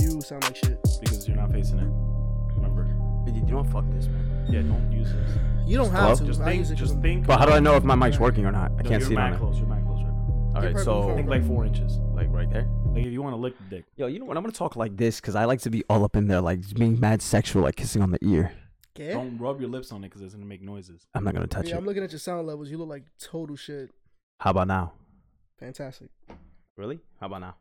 you sound like shit. because you're not facing it. Remember? You know what? Fuck this, man. Yeah, don't use this. You don't Hello? have to. Just I use think. it 'cause Just I'm- think. But how do I know if my mic's working or not? No, I can't your see it on mic it. close. Your mic close right now. All right, perfect so phone. Think like four inches. like right there. Like if you want to lick the dick. Yo, you know what? I'm gonna talk like this because I like to be all up in there, like just being mad sexual, like kissing on the ear. Yeah? Don't rub your lips on it because it's gonna make noises. I'm not gonna touch Yeah, it. I'm looking at your sound levels. You look like total shit. How about now? Fantastic. Really? How about now?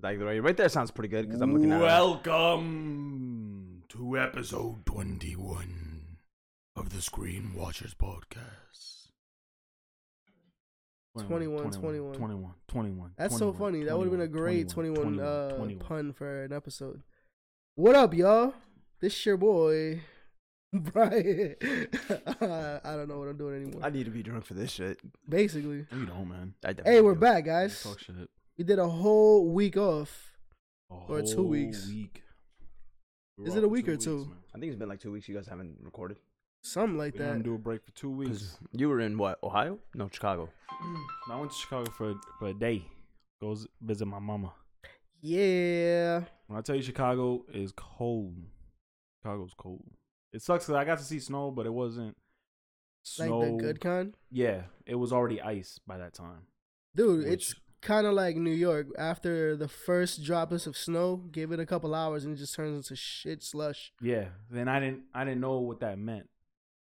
Like right, right there sounds pretty good because I'm looking at. it. Welcome to episode 21 of the Screen Watchers podcast. 21, 21, 21, 21. That's so funny. That would have been a great 21, uh, 21. pun for an episode. What up, y'all? This your boy, Brian. I don't know what I'm doing anymore. I need to be drunk for this shit. Basically. No, You don't, man. I Hey, definitely we're do. back, guys. Talk shit. We did a whole week off. A Or two whole weeks. Week. We were Is off it a for week or weeks, two? man. I think it's been like two weeks. You guys haven't recorded. Something We like didn't that. do a break for two weeks. You were in what? Ohio? No, Chicago. I went to Chicago for for a day. Goes visit my mama. Yeah. When I tell you Chicago is cold, Chicago's cold. It sucks because I got to see snow, but it wasn't Like snow. the good kind. yeah, it was already ice by that time. Dude, which- it's kind of like New York. After the first droplets of snow, give it a couple hours and it just turns into shit slush. yeah. Then I didn't I didn't know what that meant.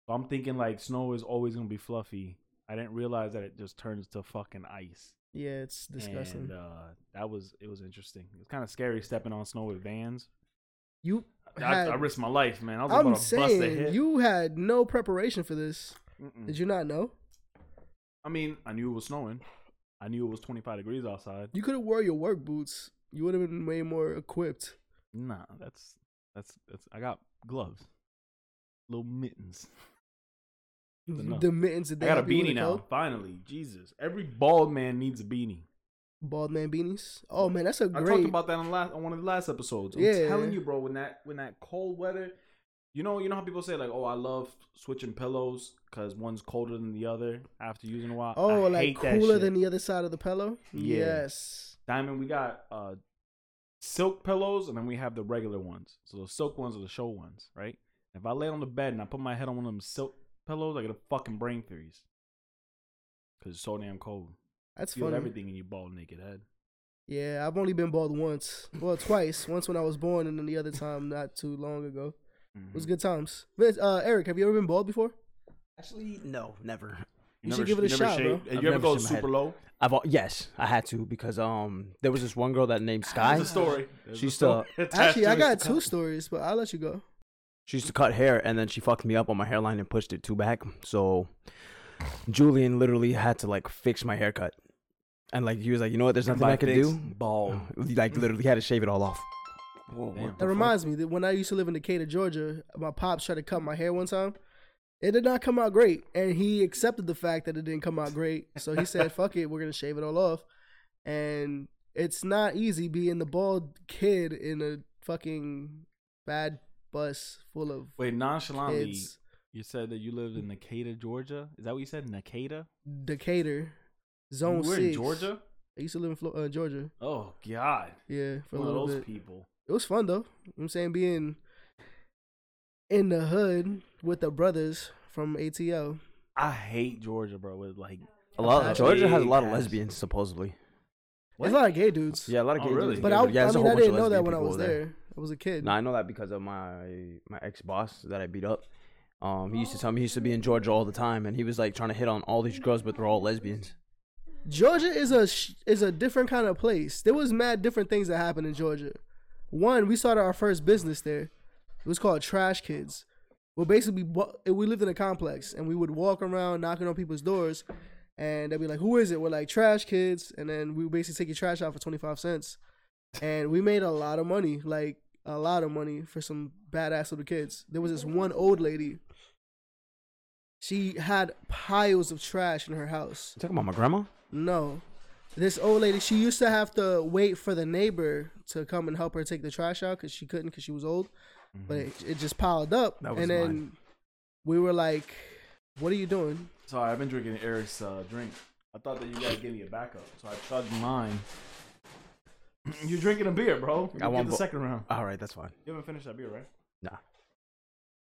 So I'm thinking like snow is always gonna be fluffy. I didn't realize that it just turns to fucking ice. Yeah, it's disgusting. And uh, that was it was interesting. It was kind of scary stepping on snow with vans. you I, had, I risked my life, man. I was I'm about to bust a saying hit. Mm. you had no preparation for this. Mm-mm. Did you not know? I mean, I knew it was snowing. I knew it was 25 degrees outside. You could have wore your work boots. You would have been way more equipped. Nah, that's that's that's. I got gloves, little mittens. enough. The mittens that I they got a have you in beanie the now. cold. Finally, Jesus! Every bald man needs a beanie. Bald man beanies. Oh man, that's a I great. talked about that on last on one of the last episodes. I'm Yeah. telling you, bro. When that when that cold weather, you know, you know how people say like, "Oh, I love switching pillows because one's colder than the other after using a while." oh, I like hate that cooler shit. than the other side of the pillow. Yeah. Yes. Diamond, we got uh silk pillows and then we have the regular ones. So the silk ones are the show ones, right? If I lay on the bed and I put my head on one of them silk pillows, I get a fucking brain freeze. Cause it's so damn cold. That's Feel funny. everything in your bald naked head. Yeah, I've only been bald once. Well, twice. Once when I was born, and then the other time not too long ago. It was good times. But, uh, Eric, have you ever been bald before? Actually, no, never. You should give it a shot, bro. And I've you ever never go shaved my super head. low? I've al- yes, I had to because um there was this one girl that named Sky. There's a story. There's She's a story attached Actually, to I it. got two stories, but I'll let you go. She used to cut hair, and then she fucked me up on my hairline and pushed it two back. So Julian literally had to like fix my haircut, and like he was like, you know what? There's nothing By I can fix, do. Bald. Like literally had to shave it all off. Damn. That reminds me that when I used to live in Decatur, Georgia, my pops tried to cut my hair one time. It did not come out great, and he accepted the fact that it didn't come out great. So he said, "Fuck it, we're gonna shave it all off." And it's not easy being the bald kid in a fucking bad bus full of Wait, nonchalantly, kids. you said that you lived in Nakata, Georgia. Is that what you said? Nakata? Decatur, Zone You We're Six. in Georgia. I used to live in Flo- uh, Georgia. Oh God. Yeah, for a One of little those bit. people. It was fun though. You know what I'm saying being in the hood with the brothers from ATL. I hate Georgia, bro. With like, A lot. That's Georgia has a big lot of ass. lesbians supposedly. There's a lot of gay dudes. Yeah, a lot of Oh, gay really? dudes. But Yeah, I, there's I mean, a whole I bunch of didn't know that lesbian when I people was over there. I was a kid. No, I know that because of my my ex boss that I beat up. Um, he used Oh. to tell me he used to be in Georgia all the time, and he was like trying to hit on all these girls, but they're all lesbians. Georgia is a sh- is a different kind of place. There was mad different things that happened in Georgia. One, we started our first business there. It was called Trash Kids. Well, basically, wa- we lived in a complex, and we would walk around knocking on people's doors, and they'd be like, "Who is it?" We're like, "Trash Kids," and then we would basically take your trash out for twenty five cents, and we made a lot of money, like a lot of money for some badass little kids. There was this one old lady. She had piles of trash in her house. You talking about my grandma? No. This old lady, she used to have to wait for the neighbor to come and help her take the trash out because she couldn't because she was old. But it, it just piled up. Mm-hmm. That was and then mine. we were like, what are you doing? sorry, I've been drinking Eric's uh, drink. I thought that you guys gave me a backup, so I chugged mine. You're drinking a beer, bro. I I want want the bo- second round. All right, that's fine. You haven't finished that beer, right? Nah.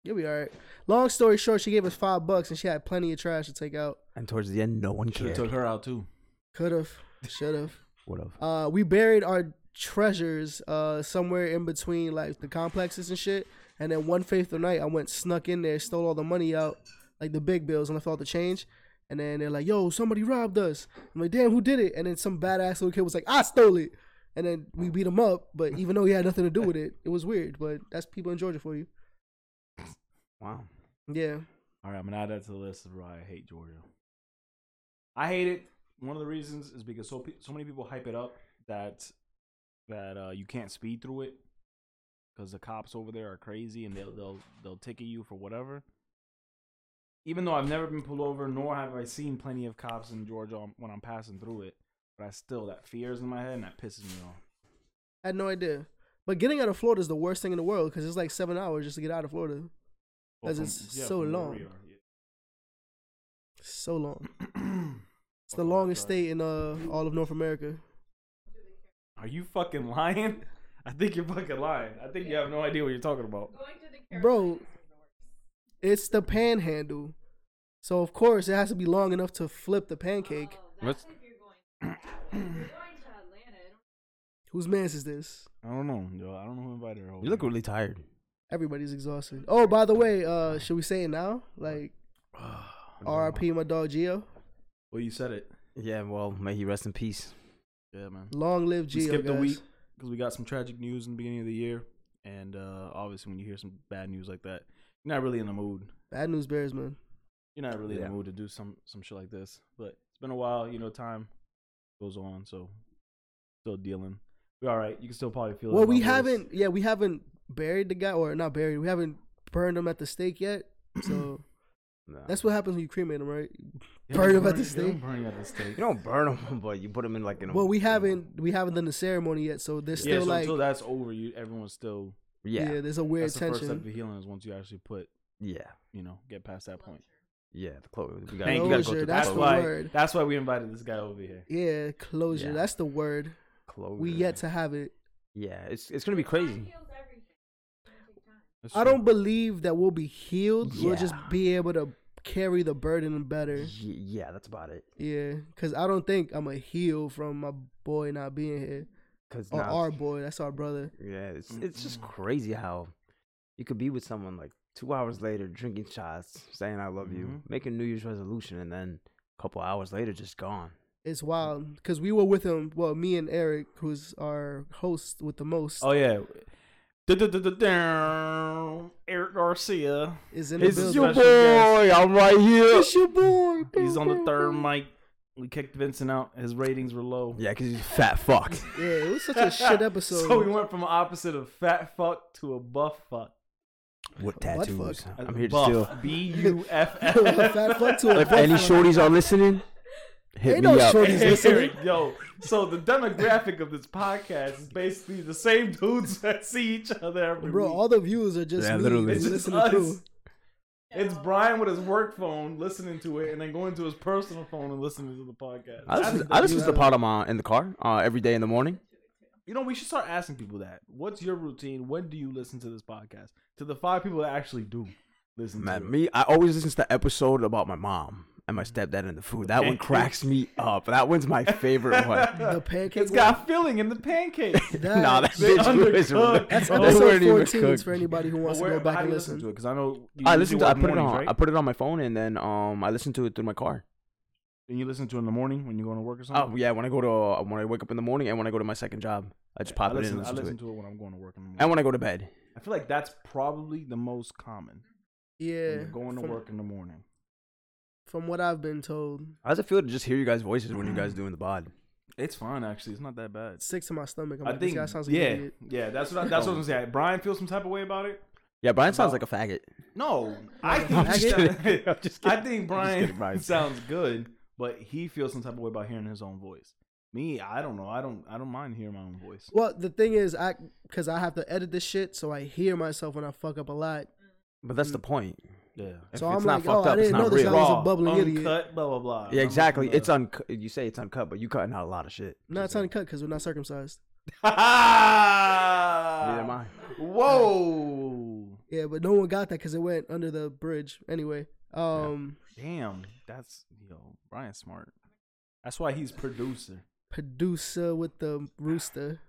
You'll be all right. Long story short, she gave us five bucks and she had plenty of trash to take out. And towards the end, no one Should have cared. took her out too. Could have, should have. Would have. Uh, we buried our treasures uh, somewhere in between like the complexes and shit. And then one faithful night, I went snuck in there, stole all the money out, like the big bills, and left all the change. And then they're like, "Yo, somebody robbed us." I'm like, "Damn, who did it?" And then some badass little kid was like, "I stole it." And then we beat him up, but even though he had nothing to do with it, it was weird. But that's people in Georgia for you. Wow. Yeah. All right, I'm gonna add that to the list of why I hate Georgia. I hate it. One of the reasons is because so pe- so many people hype it up that that uh, you can't speed through it because the cops over there are crazy and they'll they'll they'll ticket you for whatever. Even though I've never been pulled over, nor have I seen plenty of cops in Georgia on- when I'm passing through it, but I still that fear is in my head and that pisses me off. I had no idea. But getting out of Florida is the worst thing in the world because it's like seven hours just to get out of Florida. Well, 'Cause from- it's so from where long. we are, yeah. So long. It's the Fucking longest drive. state in uh, all of North America. Are you fucking lying? I think you're fucking lying. I think you have no idea what you're talking about. Bro, it's the panhandle. So, of course, it has to be long enough to flip the pancake. What's- Whose man's is this? I don't know, yo. I don't know who invited her. over. You look really tired. Everybody's exhausted. Oh, by the way, uh, should we say it now? Like, RIP my dog Gio. Well, you said it. Yeah, well, may he rest in peace. Yeah, man. Long live we Gio, skipped guys. a week because we got some tragic news in the beginning of the year, and uh, obviously, when you hear some bad news like that, you're not really in the mood. Bad news bears, man. You're not really Yeah. in the mood to do some some shit like this. But it's been a while, you know. Time goes on, so still dealing. We all right. You can still probably feel. it Well, in my we voice. haven't. Yeah, we haven't buried the guy, or not buried. We haven't burned him at the stake yet. So Nah. that's what happens when you cremate him, right? You burned him haven't at burned- the you haven't stake. burned him at the stake. You don't burn them, but you put them in like in a. Well, we haven't. We haven't done the ceremony yet, so there's Yeah, still so like until that's over, you everyone's still. yeah. Yeah. Yeah. there's a weird that's the first step tension. to healing is once you actually put, Yeah. you know, get past that point. the clothes. We gotta, Thank we gotta Closure, go through that's the the clothes. why. word. That's why we invited this guy over here. Yeah, closure. Yeah. That's the word. Closure. We yet to have it. Yeah, it's it's gonna be crazy. That's I true. don't believe that we'll be healed. We'll just Yeah. be able to carry the burden better. Y- yeah, that's about it. Yeah, because I don't think I'm a heal from my boy not being here. Cause Or now- our boy. That's our brother. yeah, it's it's just crazy how you could be with someone like two hours later drinking shots, saying I love you, Mhm. making New Year's resolution, and then a couple hours later just gone. It's wild because we were with him. Well, me and Eric, who's our host with the most, Oh yeah. Du-du-du-du-dum. Eric Garcia. is in the It's building. your Special I'm right here. It's your boy. He's on the third mic. We kicked Vincent out. His ratings were low. Yeah, cause he's a fat fuck. Yeah, it was such a shit episode. So we went from opposite of fat fuck to a buff fuck. With Butt fuck. tattoos. A I'm here to buff. steal. B U F From a F. fat fuck to a If buff any fuck. shorties are listening, hit Ain't me no up. shorties listening. Eric, yo. So the demographic of this podcast is basically the same dudes that see each other every Bro, week. all the viewers are just Yeah, me literally. It's just just listening us. to. It's Brian with his work phone listening to it and then going to his personal phone and listening to the podcast. I listen, That's- I listen to the pod I'm uh, in the car uh, every day in the morning. you know, we should start asking people that. What's your routine? When do you listen to this podcast? To the five people that actually do listen to Man, it. me, I always listen to the episode about my mom and my stepdad and the food. That one cracks me up. That one's my favorite one. The pancake. It's got filling in the pancake. That- nah, that They bitch is undercooked, that's bro. they episode weren't even 14 cooked. for anybody who But wants where- to go back how do and you listen. listen to it? Because I know you I usually listen to. I work put it mornings, on. right? I put it on my phone and then um I listen to it through my car. and you listen to it in the morning when you're going to work or something. Oh yeah, when I go to uh, when I wake up in the morning and when I go to my second job, I just pop I it listen, in and I listen, listen to it. to it when I'm going to work in the morning. And when I go to bed, I feel like that's probably the most common. when Yeah. you're going to from, work in the morning. From what I've been told, how does it feel to just hear you guys' voices when you guys doing the pod? It's fine actually. It's not that bad. it's sick to my stomach. I'm I like, think this guy sounds like yeah, an idiot. yeah. That's what I, that's what I'm saying. Brian feels some type of way about it. Yeah, Brian sounds like About- a faggot. No, I I'm think just he- kidding. I'm just I kidding. think I'm just Brian, kidding, Brian. sounds good, but he feels some type of way about hearing his own voice. Me, I don't know. I don't. I don't mind hearing my own voice. Well, the thing is, I because I have to edit this shit, so I hear myself when I fuck up a lot. But that's Mm. the point. Yeah, If So it's I'm like, not oh, fucked I up, it's didn't know not this real. guy was a Raw, bubbling uncut, idiot. Blah blah blah. Yeah, exactly. I'm not- It's uncut. You say it's uncut, but you cutting out a lot of shit. No, it's uncut because we're not circumcised. Neither am Whoa. I. Yeah, but no one got that because it went under the bridge. Anyway, um, Damn, that's yo, Brian Smart. That's why he's producer. producer with the rooster.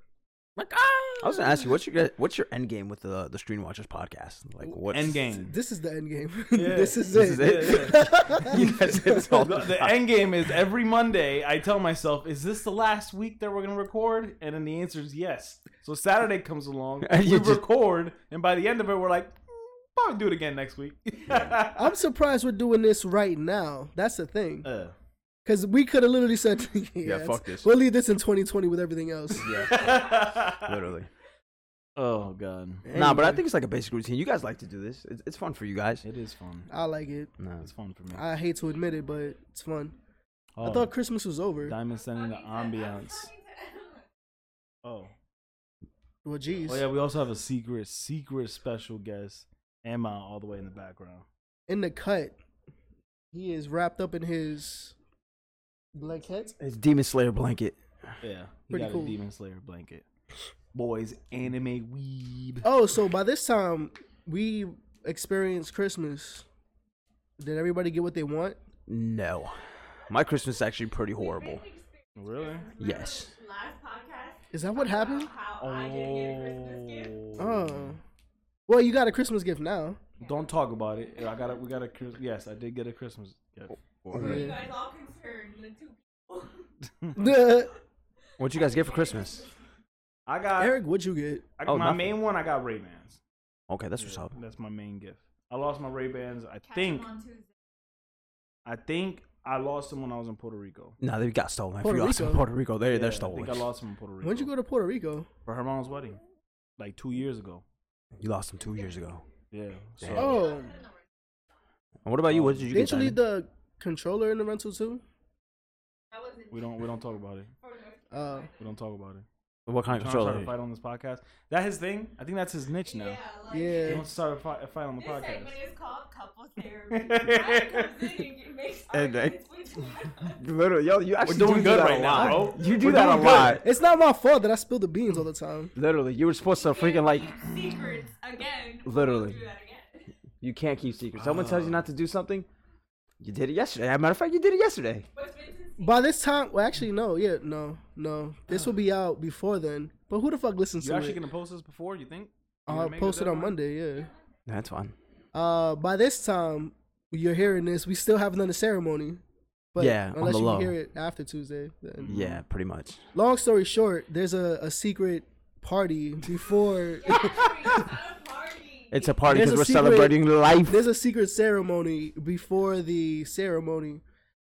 I was gonna ask you what's your guys- what's your end game with the the Stream Watchers podcast? Like what end game. This is the end game. Yeah. this is This it. is it. you guys, it's all the, the end game is every Monday. I tell myself, "Is this the last week that we're gonna record?" And then the answer is yes. So Saturday comes along, And we you just- record, and by the end of it, we're like, "Mm, "Probably do it again next week." I'm surprised we're doing this right now. That's the thing. Uh, Because we could have literally said, yeah, it's- fuck this. We'll leave this in 2020 with everything else. literally. oh god, Nah, but I think it's like a basic routine. You guys like to do this. It's, it's fun for you guys. it is fun. I like it. Nah. It's fun for me. I hate to admit it, but it's fun. Oh, I thought Christmas was over. Diamond sending the ambiance. Oh. Well, geez. Oh yeah, we also have a secret, secret special guest, Emma, all the way in the background. In the cut, he is wrapped up in his blanket. It's Demon Slayer blanket. Yeah, he Pretty got cool. a Demon Slayer blanket. Boys, anime weeb. Oh, so by this time, we experienced Christmas. Did everybody get what they want? No, my Christmas is actually pretty horrible. Really? Yes. Last podcast Is that what happened? about Oh. how I didn't get a Christmas gift. Oh. Well, you got a Christmas gift now. Don't talk about it. I got a, We got a. Chris- Yes, I did get a Christmas gift. Oh. for her. You Yeah. guys all concerned, the two people. Hmm. What'd you guys get for Christmas? I got. Eric, what'd you get? I, Oh, my nothing. main one. I got Ray Bans. Okay, that's what's up. That's my main gift. I lost my Ray Bans. I Catch think. them on Tuesday. I think I lost them when I was in Puerto Rico. No, they got stolen. Puerto if you lost in Rico. Puerto Rico, they Yeah, they're I stolen. think I lost them in Puerto Rico. When'd you go to Puerto Rico? for her mom's wedding? Like two years ago. You lost them two years ago. Yeah. So, Oh, And what about you? What did you didn't get? you leave Diamond? the controller in the rental too? That was in We don't. We don't talk about it. Uh, We don't talk about it. what kind Trying of to start a controller? fight on this podcast. That his thing. I think that's his niche now. Yeah, like, He yeah. wants to start a fight, a fight on the This podcast. segment is called couple therapy. Ryan comes in and makes And they- arguments between us. Literally, yo, you actually doing do good that a right now, lot. bro. You do We're that a doing good. lot. It's not my fault that I spill the beans all the time. Literally, you were supposed to freaking like. secrets again. We'll Literally. do that again. You can't keep secrets. Someone tells you not to do something. You did it yesterday. As a matter of fact, you did it yesterday. But Vincent's By this time, well, actually, no, yeah, no, no. This will be out before then. But who the fuck listens You to actually it? gonna post this before? You think? You gonna I'll make it post it that on way? Monday. Yeah. That's fine. Uh, by this time, you're hearing this. We still haven't done the ceremony. But Yeah, on unless the you low. hear it after Tuesday. Then. Yeah, pretty much. Long story short, there's a, a secret party before. at a party. It's a party There's because a we're secret- celebrating life. there's a secret ceremony before the ceremony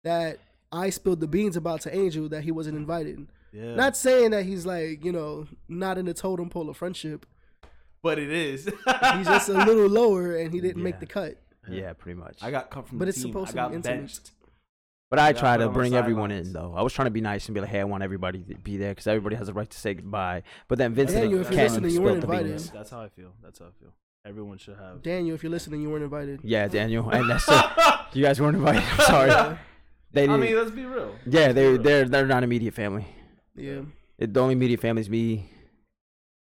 that I spilled the beans about to Angel that he wasn't invited. Yeah. Not saying that he's like you know not in the totem pole of friendship. but it is. He's just a little lower, and he didn't make Yeah. the cut. Yeah, pretty much. I got cut from But the it's team. supposed I to got be intimate. benched. But I Yeah, try put to on the bring everyone sidelines. in though. I was trying to be nice and be like, "Hey, I want everybody to be there because everybody has a right to say goodbye." But then Vincent Daniel, if you're can't listening, Oh, you spill weren't the invited. beans. That's how I feel. That's how I feel. Everyone should have. Daniel, if you're listening, you weren't invited. Yeah, Daniel, and that's it. You guys weren't invited. I'm sorry. They I didn't. mean, let's be real. yeah, they they're they're not immediate family. Yeah. It, the only immediate family is me,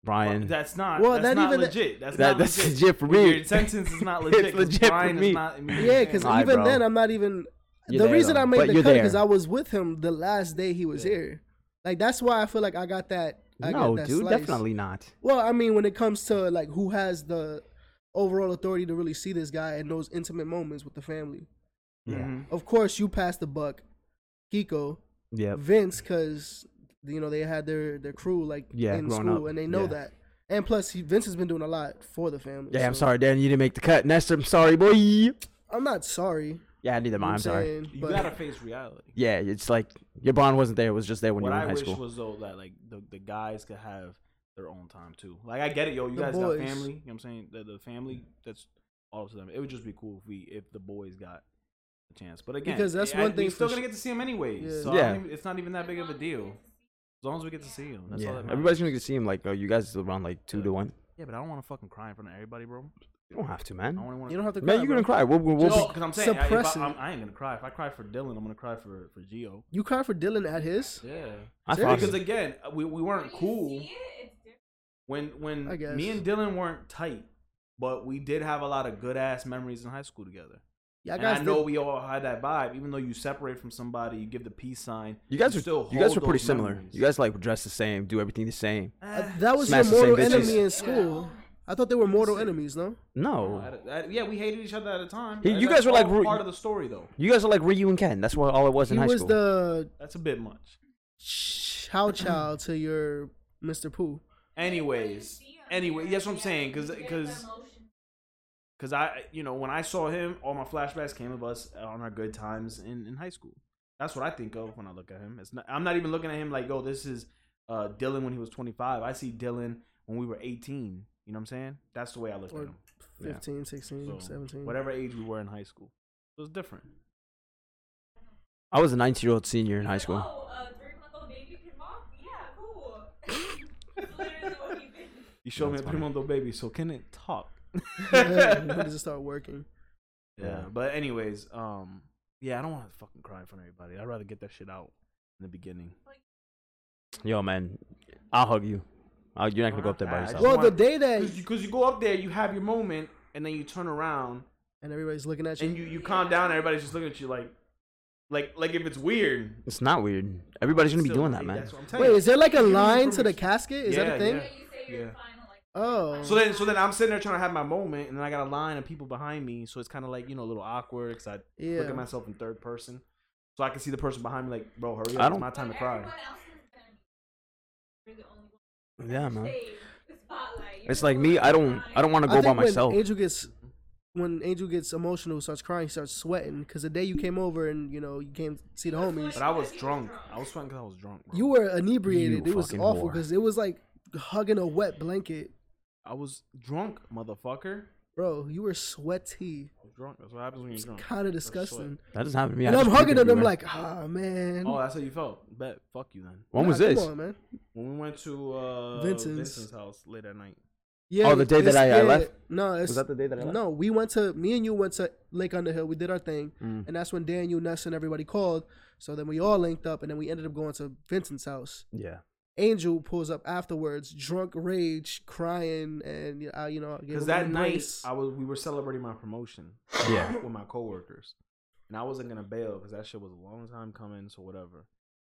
Brian. That's not. Well, Well, that's that not even- legit. That's That- not that's legit. legit for When me. Your sentence is not It's legit. 'cause legit for Brian is me. not immediate Yeah, because family. Alright, even bro. then, I'm not even. You're the there, reason though. I made But the you're cut there. because I was with him the last day he was here. Like that's why I feel like I got that. I got no, that dude, slice. definitely not. Well, I mean, when it comes to like who has the overall authority to really see this guy in those intimate moments with the family, Yeah. Mhm. of course you pass the buck, Kiko, Yep. Vince, because you know they had their their crew like Yeah, in growing school up, and they know yeah. that. And plus, he, Vince has been doing a lot for the family. Yeah, I'm so- sorry, Dan. You didn't make the cut. Nestor, I'm sorry, boy. Yeah, I'm not sorry. neither you know mine. what I'm sorry. saying, You but- gotta face reality. Yeah, it's like your bond wasn't there. It was just there when What you were I in high wish school. was though that like the, the guys could have their own time too. Like I get it, yo, you The guys boys. got family. You know what I'm saying? The, the family that's all up to them. It would just be cool if we if the boys got a chance. But again, eh, Because that's I- one we thing still for gonna su- get to see them anyways. Yeah. So I don't Yeah. even- it's not even that big of a deal. As long as we get to see them, that's yeah, all that matters. everybody's gonna get to see him. Like, oh, you guys is around like two to one. Yeah, but I don't want to fucking cry in front of everybody, bro. You don't have to, I man. only want You don't have to. Cry, Man, you're gonna bro. cry. We'll, Mm. we'll, we'll Just- No, because I'm saying I, if suppressing. I, I'm, I ain't gonna cry. If I cry for Dylan, I'm gonna cry for for Gio. You cried for Dylan at his. Yeah, I Seriously. thought because again, we, we weren't cool See it? It's different. when when I guess. me and Dylan weren't tight, but we did have a lot of good ass memories in high school together. Yeah, and I know we all had that vibe, even though you separate from somebody, you give the peace sign. you guys are still you guys hold are pretty those similar. memories. You guys like dress the same, do everything the same. Uh, Eh, that was your Smash the same mortal bitches. enemy in school. I thought they were mortal enemies, no? No, at- at- yeah, we hated each other at a time. oh. You- That's you guys were like all ru- part of the story though. you guys are like Ryu and Ken. That's what all it was He in high was school. the That's a bit much. chow child to your Mr. Pooh. Anyways, anyway, that's what I'm saying, cause You get cause. the emotion. Cause I, you know, when I saw him, all my flashbacks came of us on our good times in, in high school. That's what I think of when I look at him. It's not, I'm not even looking at him like, oh, this is uh, Dylan when he was 25. I see Dylan when we were 18. You know what I'm saying? That's the way I look at Or him. 15, 16, So, 17. Whatever age we were in high school, it was different. I was a 19 year old senior in high Like, school. Oh, a three-month-old baby can walk? Yeah, cool. It's literally what we've been- You showed me That's a funny. three month old baby, so can it talk? Yeah, you had to start working. Yeah, Yeah. but anyways, um, yeah, I don't want to fucking cry in front of everybody. I'd rather get that shit out in the beginning. Yo, man, I'll hug you. i you're not gonna go up there by I- I yourself. just Well, the want- day that Because you, 'cause you go up there, you have your moment, and then you turn around and everybody's looking at you. and you, you calm down. And everybody's just looking at you like, like like if it's weird. It's not weird. Everybody's gonna be Still, doing hey, that, man. that's what I'm telling Wait, you. is there like a Give me line to the permission. casket? Is that a Yeah, thing? yeah. But you say you're Yeah. final, like, Oh. So then so then I'm sitting there trying to have my moment, and then I got a line of people behind me, so it's kind of like you know a little awkward because I Yeah. look at myself in third person, so I can see the person behind me like, bro, hurry I up, don't- it's my time to but cry. everyone else is gonna be- You're the only one. Yeah, man. Save the spotlight. You're It's the like only me. one I don't. crying. I don't want to go by think when myself. Angel gets when Angel gets emotional, starts crying, starts sweating because the day you came over and you know you came to see the homies, But I was drunk. I was sweating because I was drunk. Bro. you were inebriated. You it was fucking awful whore. because it was like hugging a wet blanket, I was drunk, motherfucker. bro. You were sweaty. I was drunk. That's what happens when you're It's drunk. kind of That's sweat. disgusting. That doesn't happen to me. And I I'm just hugging puke them. I'm everywhere. like, ah man. Oh, that's how you felt. Bet. Fuck you then. when Nah, was come this? on, man? When we went to uh, Vincent's. Vincent's. house late at night. Yeah. Oh, the day that it's- I- yeah, I left? No, it's, Was that the day that I left? no. We went to me and you went to Lake Underhill. We did our thing, Mm. and that's when Daniel, Ness, and everybody called. So then we all linked up, and then we ended up going to Vincent's house. Yeah. Angel pulls up afterwards, drunk rage, crying, and I, you know, I gave Because him an that night embrace. I was, we were celebrating my promotion. Yeah. with my coworkers, and I wasn't gonna bail because that shit was a long time coming. So whatever.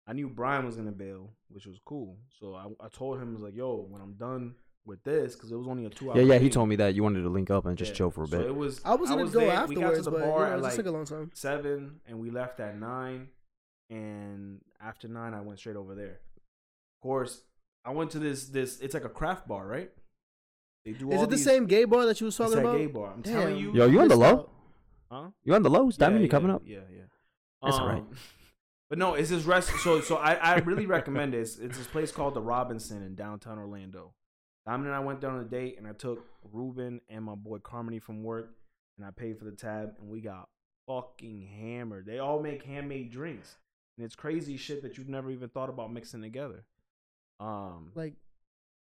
I knew Brian was gonna bail, which was cool. So I, I told him I was like, "Yo, when I'm done with this, because it was only a two hour." Yeah, yeah. He told me that you wanted to link up and just chill for a bit. So it was. I was gonna go there. We got to afterwards, the but you bar know, it at just like took a long time. seven, and we left at nine. And after nine, I went straight over there. Of course, I went to this this. It's like a craft bar, right? They do. Is all it the these- same gay bar that you was It's talking that about? gay bar. I'm telling Damn. you. Yo, you on the Missed low? out. Huh? You on the lows? That mean yeah, you coming yeah, up? Yeah, yeah. Um, That's all right. But no, it's this rest. So, so I, I really recommend it. It's, it's this place called the Robinson in downtown Orlando. Diamond and I went there on a date, and I took Ruben and my boy Carmody from work, and I paid for the tab, and we got fucking hammered. They all make handmade drinks, and it's crazy shit that you've never even thought about mixing together. Um, Like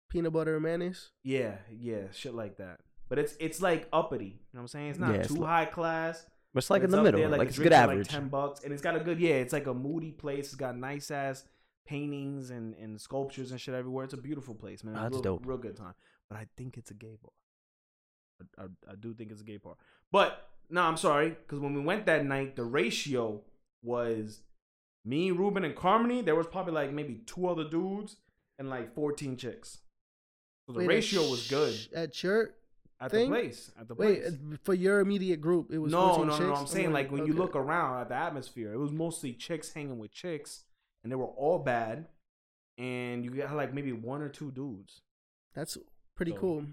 peanut butter and mayonnaise. yeah, yeah, shit like that. But it's it's like uppity. You know what I'm saying? It's not Yeah, it's too li- high class. But it's like in It's the up middle. there, Like, the it's good drinks are, like, average. Ten bucks, and it's got a good yeah. It's like a moody place. It's got nice ass paintings and, and sculptures and shit everywhere. It's a beautiful place, man. It was Ah, That's real, dope. Real good time. But I think it's a gay bar. I, I, I do think it's a gay bar. But no, I'm sorry because when we went that night, the ratio was me, Ruben, and Carmony. There was probably like maybe two other dudes and like 14 chicks. So the Wait, at ratio was sh- good At church. at thing? the place. At the Wait, place uh, for your immediate group, it was no, 14 no, no, no. chicks? I'm saying like when you okay. look around at the atmosphere, it was mostly chicks hanging with chicks, and they were all bad. And you got like maybe one or two dudes. that's pretty So, cool.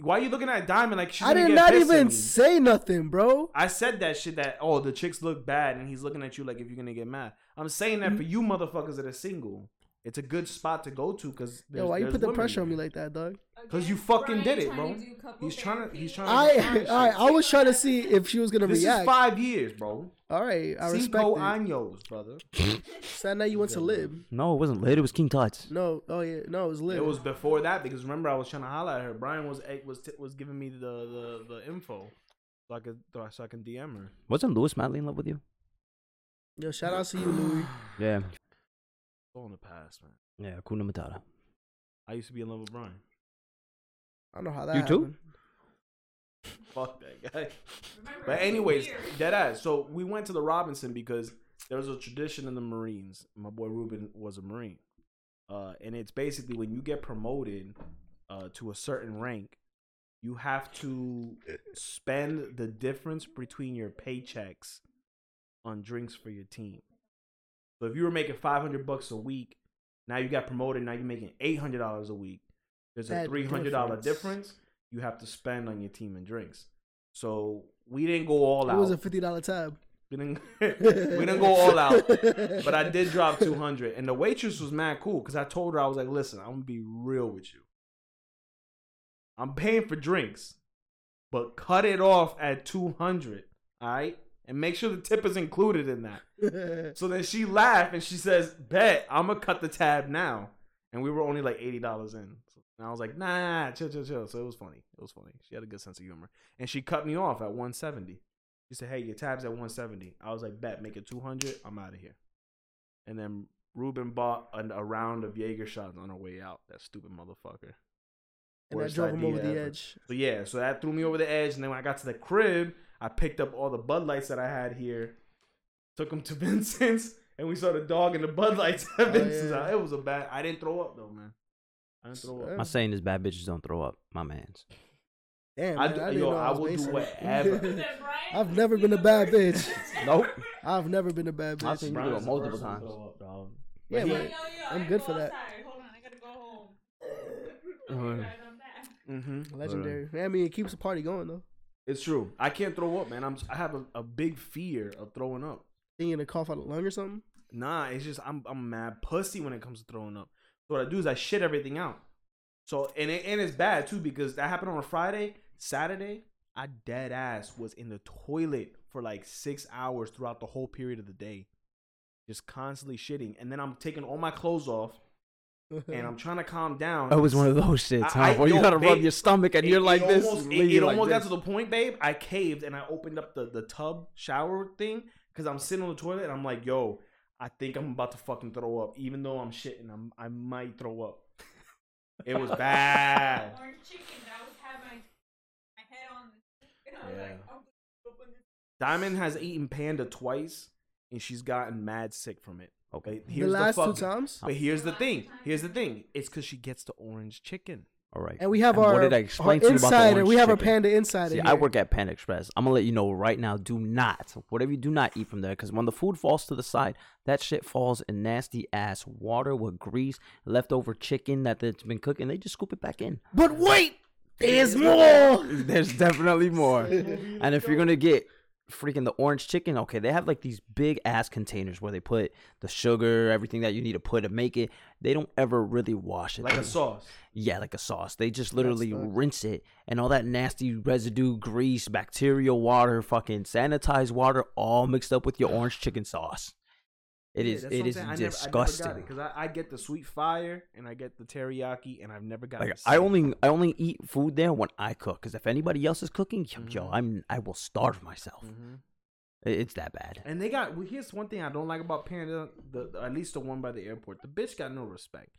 Why are you looking at Diamond like she's I did gonna get not pissed at even me? say nothing, bro. I said that shit that oh Mm-hmm. the chicks look bad, and he's looking at you like if you're gonna get mad. I'm saying that for you motherfuckers that are single. It's a good spot to go to because Yo, why you put the pressure on me like that, dog? Because you fucking did it, bro. Brian trying to do couple He's trying to. He's trying therapy. to. I, find shit. all right, I was trying to see if she was gonna this is react. five years, bro. All right, I respect Cinco it. años, brother. So now you went to lib. No, it wasn't lit. It was King Tut's. Mm. No, oh yeah, no, it was lib. It was before that because remember I was trying to holler at her. Brian was eh, was t- was giving me the the, the info, so I could so I can DM her. Wasn't Lewis Madley in love with you? Yo, shout out to you, Louis. Yeah. It's all in the past, man. Yeah, Kuna Matata. I used to be in love with Brian. I don't know how that. You too? happened. Fuck that guy. Remember, But it was anyways, weird. dead ass. So we went to the Robinson because there was a tradition in the Marines. My boy Ruben was a Marine, uh, and it's basically when you get promoted uh, to a certain rank, you have to spend the difference between your paychecks on drinks for your team. So if you were making five hundred bucks a week, now you got promoted. Now you're making eight hundred dollars a week. There's a That three hundred dollar difference. difference you have to spend on your team and drinks. So we didn't go all It out. was a fifty dollar tab. we, didn't, we didn't go all out, but I did drop 200. And the waitress was mad cool because I told her, I was like, listen, I'm going to be real with you. I'm paying for drinks, but cut it off at 200, all right? And make sure the tip is included in that. So then she laughed and she says, Bet, I'm gonna cut the tab now. And we were only like eighty dollars in. And I was like, nah, chill, chill, chill. So it was funny. It was funny. She had a good sense of humor. And she cut me off at 170. She said, Hey, your tab's at 170. I was like, Bet, make it 200. I'm out of here. And then Ruben bought an, a round of Jaeger shots on her way out. That stupid motherfucker. and I Worst drove him idea over the ever. edge. So yeah, so that threw me over the edge. And then when I got to the crib, I picked up all the Bud Lights that I had here, took them to Vincent's, and we saw the dog and the Bud Lights at Oh, Vincent's. yeah. It was a bad. I didn't throw up though, man. I didn't throw up. My saying is bad bitches don't throw up. My man's. Damn, I man, do- I didn't yo, know I was will do basing it. whatever. Then Brian I've was never been a the bad worst. bitch. Nope. I've never been a bad I've bitch. seen you do it Brian's multiple the first one times. to throw up, dog. Yeah, Yo, yo, but yo, I I'm gotta good go for that. outside. Hold on, I gotta go home. I'm back. Mm-hmm. legendary. I mean, it keeps the party going though. It's true. I can't throw up, man. I'm. I have a, a big fear of throwing up. Think you're gonna cough out a lung or something? Nah, it's just I'm I'm mad pussy when it comes to throwing up. So what I do is I shit everything out. So and it, and it's bad too because that happened on a Friday, Saturday. I dead ass was in the toilet for like six hours throughout the whole period of the day, just constantly shitting. And then I'm taking all my clothes off and I'm trying to calm down. It was one of those shits, huh? I- I- where you yo, gotta rub they- your stomach and you're it- like it this. Almost, and it leave it like almost this. got to the point, babe. I caved and I opened up the, the tub shower thing because I'm sitting on the toilet and I'm like, yo, I think I'm about to fucking throw up. Even though I'm shitting, I'm, I might throw up. It was bad. Orange chicken. I was having my, my head on the chicken. I was Yeah. like, I'm gonna open this. Diamond has eaten panda twice and she's gotten mad sick from it. Okay. But the here's last two fucking- times, But here's the thing. Here's the thing. It's because she gets the orange chicken. All right. and we have And our, what did I our explain to you about the insider. orange We have our chicken? panda insider. See, here. I work at Pan Express. I'm gonna let you know right now. Do not, whatever you do, not eat from there. Cause when the food falls to the side, that shit falls in nasty ass water with grease, leftover chicken that that's been cooking. They just scoop it back in. But wait, there's more. There's definitely more. and if you're gonna get freaking the orange chicken, okay, they have like these big ass containers where they put the sugar, everything that you need to put to make it. They don't ever really wash it. Like a They- sauce. yeah, like a sauce. They just literally fucked. rinse it and all that nasty residue, grease, bacterial water, fucking sanitized water, all mixed up with your orange chicken sauce. It Yeah, is that's what it I'm is saying. disgusting. I never, I never got it because I, I get the sweet fire and I get the teriyaki and I've never got. like I only I only eat food there when I cook because if anybody else is cooking, yo, yo, Mm-hmm. I'm I will starve myself. It- It's that bad. Mm. And they got. Well, here's one thing I don't like about Panda. The, the- at least the one by the airport. The bitch got no respect.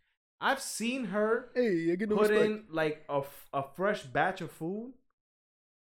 I've seen her Hey, you're getting put respect. in like a f- a fresh batch of food,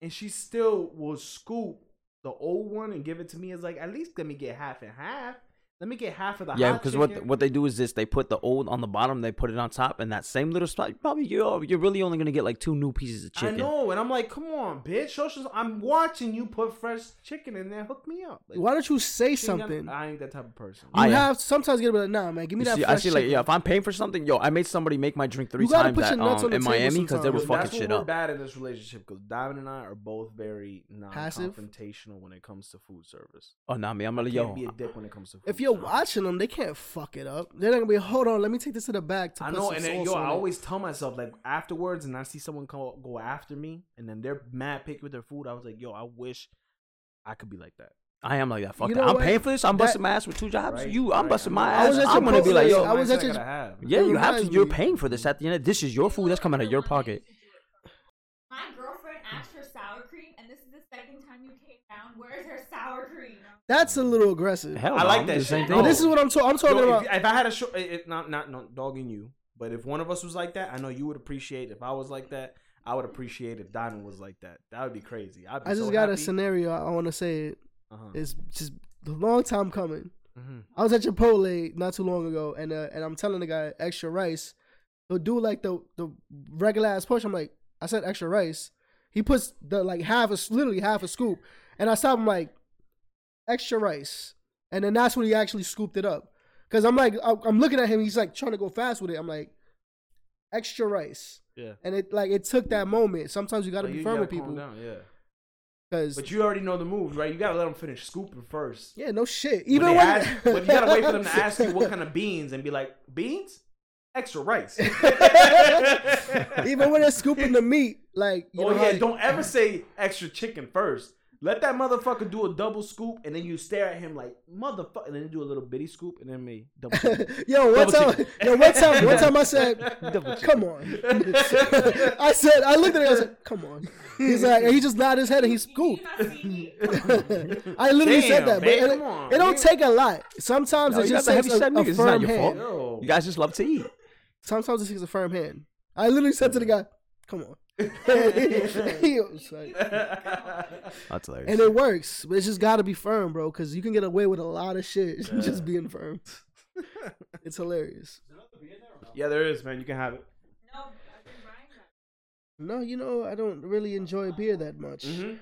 and she still will scoop the old one and give it to me. It's like at least let me get half and half. Let me get half of the Yeah, hot because what chicken. what they do is this: they put the old on the bottom, they put it on top, and that same little spot. Probably you're you're really only gonna get like two new pieces of chicken. I know, and I'm like, come on, bitch. Social, I'm watching you put fresh chicken in there. Hook me up. Like, Why don't you say she ain't got- something? I ain't that type of person. You I am. have sometimes get to be like, nah, man, give me You that. see, I fresh see, like, chicken. yeah, if I'm paying for something, yo, I made somebody make my drink three You gotta times put at, your nuts um, on the in table Miami because they sometimes. were Yo, fucking That's shit what we're up. bad in this relationship because Diamond and I are both very Passive? non-confrontational when it comes to food service. Oh, nah, me, I'm gonna, Can't yo, be a dick when it comes to food. If you're watching them, they can't fuck it up. They're not gonna be. Hold on, let me take this to the back. To I put know, some and then sauce yo, on I it." always tell myself like afterwards, and I see someone go go after me, and then they're mad picky with their food. I was like, yo, I wish I could be like that. I am like that. Fuck You that. know I'm what? paying for this. I'm That- busting my ass with two jobs. Right, you, I'm right. busting my I ass. was at I'm your gonna be post like, last- yo, I was mindset at your- gotta have. yeah, you have to. reminds You're me- paying for this. At the end, of this is your food that's coming out of your pocket. My girlfriend asked for sour cream, and this is the second time you came down. Where's her sour cream? That's a little aggressive. Hell, I no, like I'm that the shit, Same bro. But thing. this is what I'm talking. I'm talking Yo, about. if, if I had a short, it, it- not not not dogging you, but if one of us was like that, I know you would appreciate if I was like that. I would appreciate if Diamond was like that. That would be crazy. I'd I be just so got a happy. scenario. I want to say it. Uh-huh. It's just a long time coming. Mhm. I was at Chipotle not too long ago, and uh, and I'm telling the guy extra rice. He'll do like the the regular ass portion. I'm like, I said extra rice. He puts the like half a literally half a scoop, and I stop him like extra rice, and then that's when he actually scooped it up. Cause I'm like, I- I'm looking at him. He's like trying to go fast with it. I'm like, extra rice. Yeah. And it like it took that moment. Sometimes you gotta Like, be Mm-hmm. you firm with calm people. down, yeah. Cause But you already know the move, right? You gotta let them finish scooping first. yeah, no shit. Even Even when, they when, ask, but you gotta wait for them to ask you what kind of beans and be like, beans, extra rice. even when they're scooping the meat, like you oh know how yeah, you- don't ever say extra chicken first. Let that motherfucker do a double scoop, and then you stare at him like motherfucker, and then do a little bitty scoop, and then me double. Scoop. Yo, one Double time, chicken. yo, one time, one time I said, "Come on." I said, I looked at him. I was like, "Come on." He's like, and he just nodded his head and he You scooped. not see me? I literally said Damn, that, but man, it, come on, it don't man. take a lot. Sometimes No, it you just got the takes a, heavy-set niggas, a it's not firm your hand. fault. Yo, You guys just love to eat. Sometimes it takes a firm hand. I literally said to the guy, "Come on." He was like- That's hilarious. and it works, but it's just got to be firm, bro, because you can get away with a lot of shit just being firm. It's hilarious. yeah, there is man. You can have it. No, I've been buying that. No, you know, I don't really enjoy beer that much. Mhm.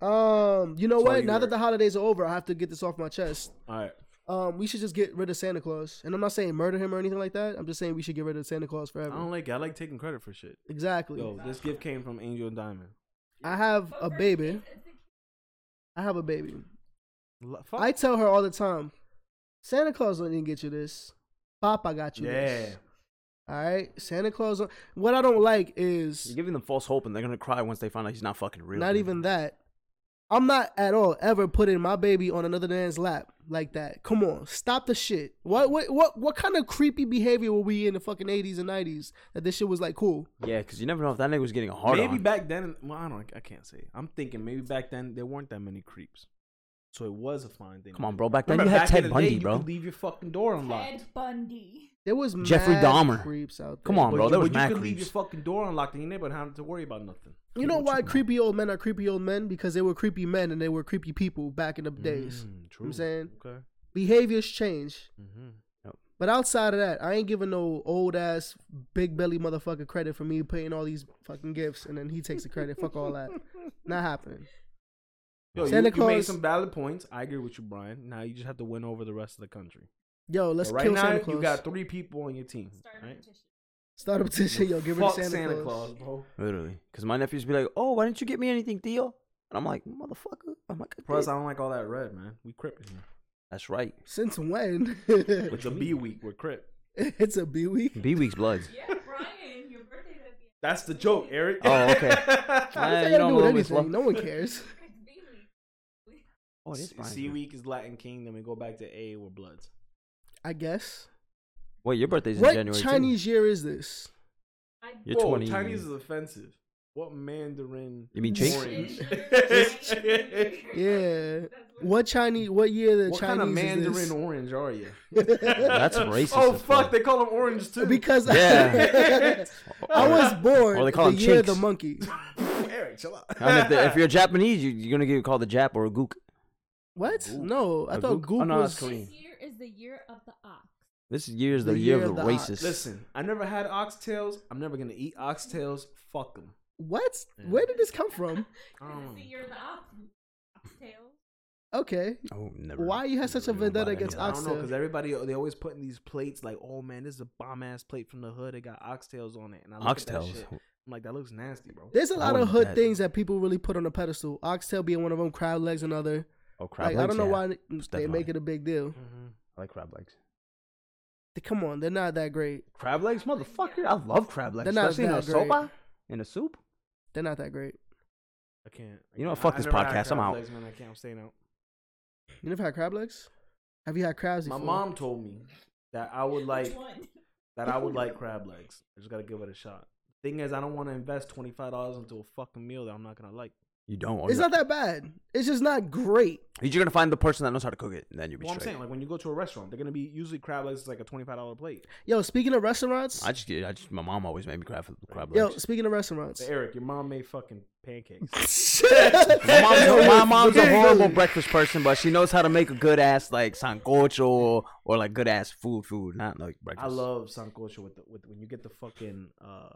Um, you know That's all what? you now that work. the holidays are over, I have to get this off my chest. All right. Um, we should just get rid of Santa Claus, and I'm not saying murder him or anything like that. I'm just saying we should get rid of Santa Claus I forever. don't like. It. I like taking credit for shit. Exactly. Yo, this gift came from Angel and Diamond. I have But a for baby. kids, it's a- I have a baby. L- Fuck. I tell her all the time, Santa Claus didn't get you this. Papa got you yeah. this. All right, Santa Claus. What I don't like You're is giving them false hope, and they're gonna cry once they find out he's not fucking real. not dude. even that. I'm not at all ever putting my baby on another man's lap like that. Come on, stop the shit. What what what what kind of creepy behavior were we in the fucking 80s and 90s that this shit was like cool? Yeah, because you never know if that nigga was getting a hard maybe on. back then, well, I don't, I can't say. I'm thinking maybe back then there weren't that many creeps, so it was a fine thing. Come on, bro. Back then you had back in Ted the day, Bundy, you bro. could leave your fucking door unlocked. Ted Bundy. There was Jeffrey mad Dahmer. creeps out. There. Come on, But bro. you, There was but mad you could leave your creeps. fucking door unlocked in your neighborhood, and not have to worry about nothing. you know why creepy old men are creepy old men because they were creepy men and they were creepy people back in the days. Mm, true. I'm saying Okay. behaviors change, Mm-hmm. but outside of that, I ain't giving no old ass big belly motherfucker credit for me paying all these fucking gifts and then he takes the credit. Fuck all that. Not happening. Yo, Santa you, you made Claus- some valid points. I agree with you, Brian. Now you just have to win over the rest of the country. Yo, let's But right kill now, Santa Claus. you got three people on your team. Start a Right? petition. Start a petition. Yo, give her Fuck Santa, Santa Claus. bro. Literally, because my nephews be like, "Oh, why didn't you get me anything, Theo?" And I'm like, "Motherfucker, I'm like, Plus, I don't like all that red, man. We crip in here. that's right." Since when? It's a B week. We're crip. it's a B week. B week's bloods. Yeah, Brian, your birthday's at the end. That's the joke, Eric. Oh, okay. How does Eh, that got you to don't do with know what's anything? what- No one cares. It's B week. Oh, it is C- fine. C week is Latin King. Then we go back to A. We're Bloods. I guess. Wait, your birthday's what in January. too. Chinese year is this? I You're Whoa, 20. Oh, Chinese is offensive. What Mandarin? You mean Chink? orange? Yeah. What Chinese? What year the what Chinese kind of is this? Mandarin orange are you? That's racist. oh as fuck! They call him orange too. Because Yeah. I was born Or oh. they call the them year chinks. the monkey. Eric, chill out. I mean, if, they- if you're Japanese, you, you're gonna get called a Jap or a Gook. What? No, I A thought gook? Goop Oh, no, was. that's Korean. This year is the year of the ox. This year is the, The year year, of the, of the ox. racist. Listen, I never had oxtails. I'm never gonna eat oxtails. Fuck them. What? Where did this come from? I This is don't the know. year of the ox. Oxtails. Okay. Oh, never. Why you have such a never vendetta mind. against I don't know oxtail? because everybody uh, they always put in these plates like, oh man, this is a bomb ass plate from the hood. It got oxtails on it, and I look at that Oxtails. shit, I'm like, that looks nasty, bro. There's a I lot of wouldn't hood bet. things that people really put on a pedestal. Oxtail being one of them, crab legs another. Oh crap! like I don't know why Most they make definitely. it a big deal. Mhm. I like crab legs. Come on, they're not that great. Crab legs, motherfucker! I love crab legs, They're not especially in a that great. sopa, in a soup. They're not that great. I can't. I You know what, can't. fuck I- I this never had podcast, I'm crab out. legs, man. I can't. I'm staying out. You never had crab legs? Have you had crabs My before? mom told me that I would like Which one? that I would like crab legs. I just gotta give it a shot. Thing is, I don't want to invest twenty five dollars into a fucking meal that I'm not gonna like. You don't. or It's you're- not that bad. It's just not great. You're just gonna find the person that knows how to cook it, and then you'll be Well, I'm straight. saying like when you go to a restaurant, they're gonna be usually crab legs is like a twenty five dollar plate. Yo, speaking of restaurants, I just, I just, my mom always made me crab crab yo, legs. speaking of restaurants, But Eric, your mom made fucking pancakes. my, mom's, my mom's a Really? horrible breakfast person, but she knows how to make a good ass like sancocho or, or like good ass food, food, not like breakfast. I love sancocho with the with when you get the fucking uh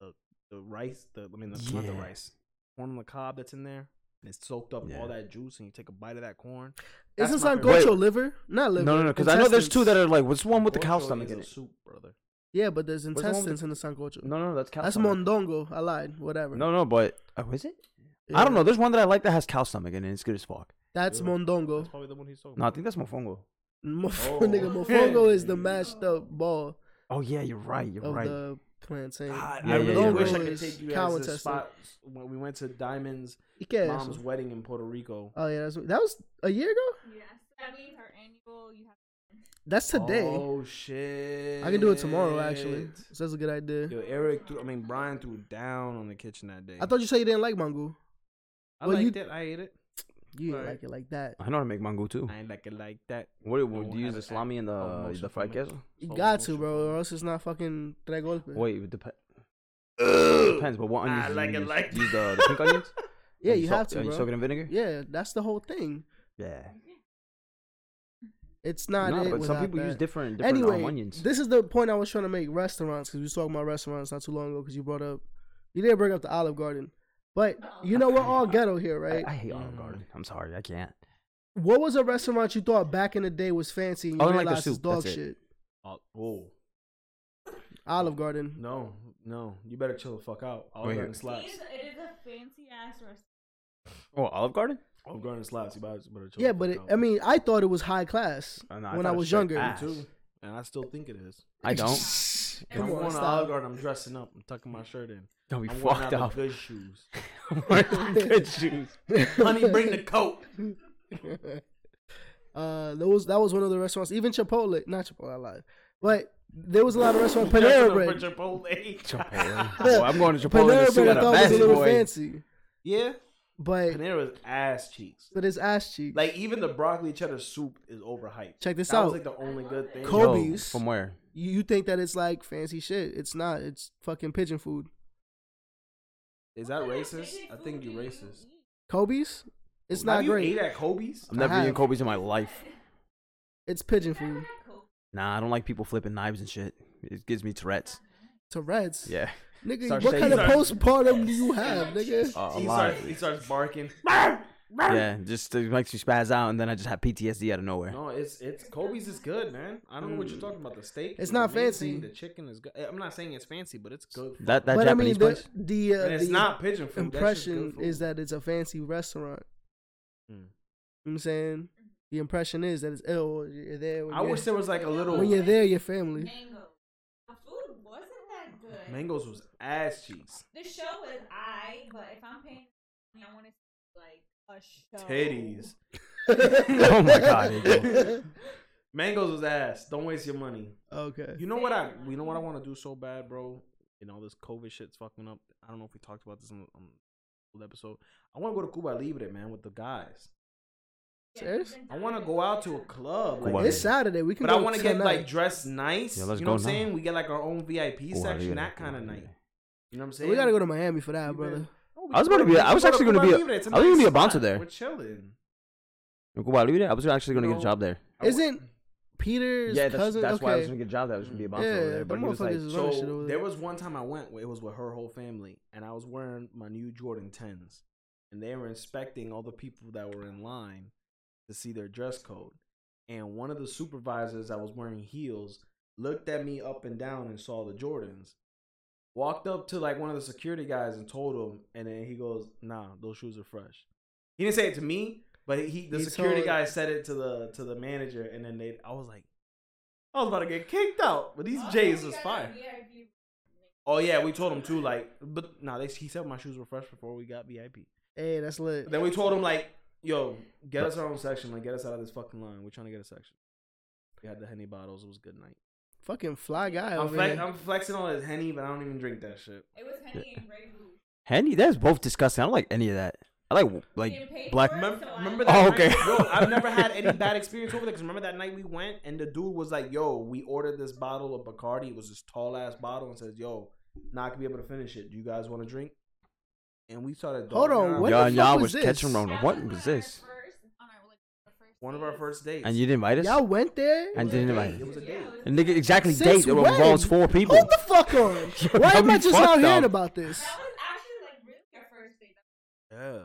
the, the rice. The I mean the, not the Yeah. rice corn on the cob that's in there. And it's soaked up Yeah. all that juice, and you take a bite of that corn. isn't That's my favorite. sancocho Wait. liver? Not No, liver. no, no, because I know there's two that intestines. are like, what's the one with the cow Sancocho stomach is in a it? Soup, brother. Yeah, but there's the one with intestines in the sancocho. Mm, No, no, that's cow. That's stomach. mondongo. I lied. Whatever. No, no, but oh, is it? I Yeah. don't know. There's one that I like that has cow stomach in it. It's good as fuck. That's Yeah. mondongo. That's probably the one he's talking. No, I think that's mofongo. Mof- Oh. nigga, mofongo is the mashed up ball Oh yeah, you're right. You're of right. the plantain. God, Yeah, I yeah, really yeah. wish I Mondongo could is take you cow guys to the intestine. spot when we went to Diamond's You can't. mom's wedding in Puerto Rico. Oh yeah, that's, that was a year ago. Yes, that means her annual. You have That's today. Oh shit! I can do it tomorrow actually. So that's a good idea. Yo, Eric threw. I mean, Brian threw down on the kitchen that day. I thought you said you didn't like mango. I well, you- liked it. I ate it. You didn't Right. like it like that. I know how to make mango too. I ain't like it like that. What do No, you use I- the salami and the Oh, no, the fried salami. queso? You Oh, got no, to, shit. bro, or else it's not fucking tres golpes. Wait, it depends. Depends, but what onions I do like you it use? like Do you use the, the pink onions? Yeah, Are you salt- have to, Are you bro. soaking in vinegar? Yeah, that's the whole thing. Yeah. It's not. it No, but some without people use that. different different um, Anyway, onions. this is the point I was trying to make. Restaurants, because we was talking about restaurants not too long ago. Because you brought up, you did bring up the Olive Garden, but you know we're all ghetto here, right? I, I hate Olive Mm. Garden. I'm sorry, I can't. What was a restaurant you thought back in the day was fancy and you I don't Oh, like the realized it's soup, dog that's it. shit? Oh, whoa. Olive Garden. No, no. You better chill the fuck out. Olive Wait. Garden it slaps. is, it is a fancy ass restaurant. Oh, Olive Garden? Olive Garden slaps. You better, you better chill. Yeah, the but fuck it, out. I mean, I thought it was high class Oh, no, when thought I it was straight younger. ass. too. And I still think it is. I don't. Come Come I'm on, going to stop. Olive Garden. I'm dressing up. I'm tucking my shirt in. Don't be I'm wearing out fucked the up. good shoes. Wearing good shoes. Honey, bring the coat. Uh, those that was one of the restaurants. Even Chipotle, not Chipotle, I lied. But there was a lot of restaurants. Dressing Panera up Bread. for Chipotle. Chipotle. Boy, Oh, I'm going to Chipotle Panera to see Bread what I a thought was a bad little boy. fancy, yeah, but Panera's ass cheeks. but it's ass cheek. Like even the broccoli cheddar soup is overhyped. Check this that out. was like the only good thing. Kobe. Yo, Kobe's. From where? you, you think that it's like fancy shit? It's not. It's fucking pigeon food. Is that What racist? kind I of think food you're do racist. eat? Kobe's. It's not Have you great. ate at Kobe's? I've I never eaten have. Kobe's in my life. It's pigeon food. Not cool. Nah, I don't like people flipping knives and shit. It gives me Tourette's. Tourette's. Yeah. Nigga, Start what kind of shaking. postpartum do you have, nigga? Uh, a he, lot. starts, he starts barking. Yeah, just it makes me spaz out, and then I just have PTSD out of nowhere. No, it's it's Kobe's is good, man. I don't know what you're talking about. The steak. Hmm. It's is not amazing, fancy. The chicken is good. I'm not saying it's fancy, but it's good. That that But I mean, Japanese the place. the, uh, And it's the not pigeon food. impression is that it's a fancy restaurant. Mm. Hmm. You know what I'm saying the impression is that it's ill. or You're there. When I you're, wish there was like a little Oh, when you're there, your family. Mango. The food wasn't that good. mangoes was ass cheeks, The show is I, but if I'm paying, money, I want to see like a show. titties. Oh my God, Angel. Mangoes was ass. Don't waste your money. okay. You know what I? You know what I want to do so bad, bro. You know this COVID shit's fucking up. I don't know if we talked about this on, on the episode. I want to go to Cuba Libre, man, with the guys. Serious? I want to go out to a club, like, Cuba It's Saturday. We can. but I want to get like dressed nice. Yeah, let's you know go what I'm now. saying? We get like our own VIP Cuba section, Libre, that kind of Cuba night. Libre. You know what I'm saying? We gotta go to Miami for that, You brother. better- Oh, we I was can about to be- we I can was go to actually gonna Cuba be a- Libre. It's I was gonna nice be a bouncer spot. there. We're chilling. In Cuba Libre, I was actually gonna get No. a job there. I would- Isn't Peter's Yeah, that's, cousin? that's okay. why I was gonna get a job there. I was gonna be a bouncer over Yeah, there. But them he was like, motherfuckers is running shit So over there there. was one time I went. It was with her whole family, and I was wearing my new Jordan tens, and they were inspecting all the people that were in line to see their dress code. And one of the supervisors that was wearing heels looked at me up and down and saw the Jordans. Walked up to like one of the security guys and told him, and then he goes, "Nah, those shoes are fresh." He didn't say it to me, But he, the He security told- guy said it to the to the manager, and then they, I was like, I was about to get kicked out. But these Jays was fire. Oh yeah, we told him too. Like, but no, they, he said my shoes were fresh before we got VIP. Hey, that's lit. Then we told him like, yo, get us our own section. Like, get us out of this fucking line. We're trying to get a section. We had the henny bottles. It was a good night. Fucking fly guy I'm, over flex- here. I'm flexing on his henny, but I don't even drink that shit. It was Henny and Grey Goose. Henny, that's both disgusting. I don't like any of that. I like Getting like paid black. for it? Remember, So I- remember that? Oh, night? okay. Yo, I've never had any bad experience over there. Cause remember that night we went and the dude was like, "Yo, we ordered this bottle of Bacardi. It was this tall ass bottle, and says, "Yo, not gonna be able to finish it. Do you guys want to drink?" And we started. Hold dogging on, around. what Y'all, the y'all fuck was was catching this? Rona. That What on was our this? first- on our, like, our first One of our date. first dates. And you didn't invite us? Y'all went there? and didn't invite It us? was a Yeah, date. it was- And nigga, exactly Since date that when? involves four people. Hold the fuck on. Yo, Why y'all am I be just out fucked hearing up. about this? That was actually like really our first date. Yeah.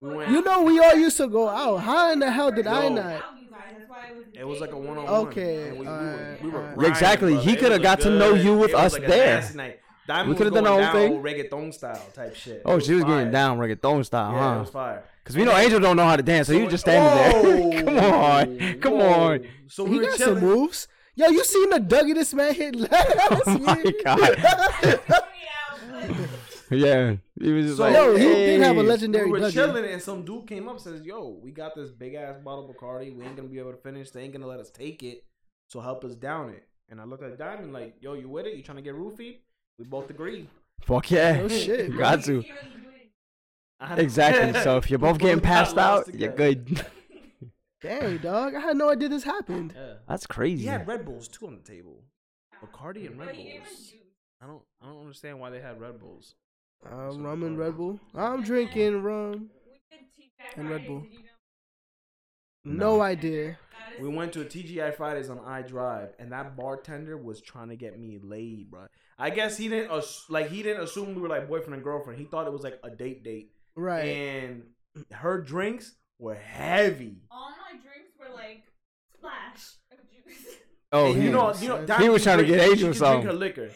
We went. You know we all used to go out. How in the hell did I Yo. not? Out, you guys. That's why it was. It was like a one on one. Okay, We, we were, alright, we were alright. grinding, Exactly, brother. he It coulda was a got to know good- you with it was us like a there. nasty night. Diamond We coulda was done our going own down Reggaeton style type shit. Oh, It she was fire. getting down reggaeton style, Yeah, it huh? was fire. Because we know Angel don't know how to dance, so you just standing there. come on, come on. So we He were got some chilling. moves. Yo, you seen the Dougie this man hit last Oh my year? God. Yeah, he was just So- like, Yo, he did have a "Hey." legendary we were Dougie. chilling, and some dude came up says, "Yo, we got this big ass bottle of Bacardi. We ain't gonna be able to finish. They ain't gonna let us take it. So help us down it." And I looked at Diamond like, "Yo, you with it? You trying to get roofied?" We both agreed. Fuck yeah. Oh, shit, You bro. got to. Exactly. So if you're both getting passed out, you're good. Dang, dog. I had no idea this happened. Yeah. That's crazy. He had Red Bulls too on the table. Bacardi and Red Bulls. I don't. I don't understand why they had Red Bulls. Um, rum and Red Bull. I'm drinking rum. And Red Bull. No, idea. We went to a TGI Fridays on iDrive, and that bartender was trying to get me laid, bro. I guess he didn't ass- like he didn't assume we were like boyfriend and girlfriend. He thought it was like a date date, Right. and her drinks were heavy. All my drinks were like splash of juice. Oh, And he, you know, you know, he Diamond was can trying to drink- get she Angel can or something. Drink her liquor.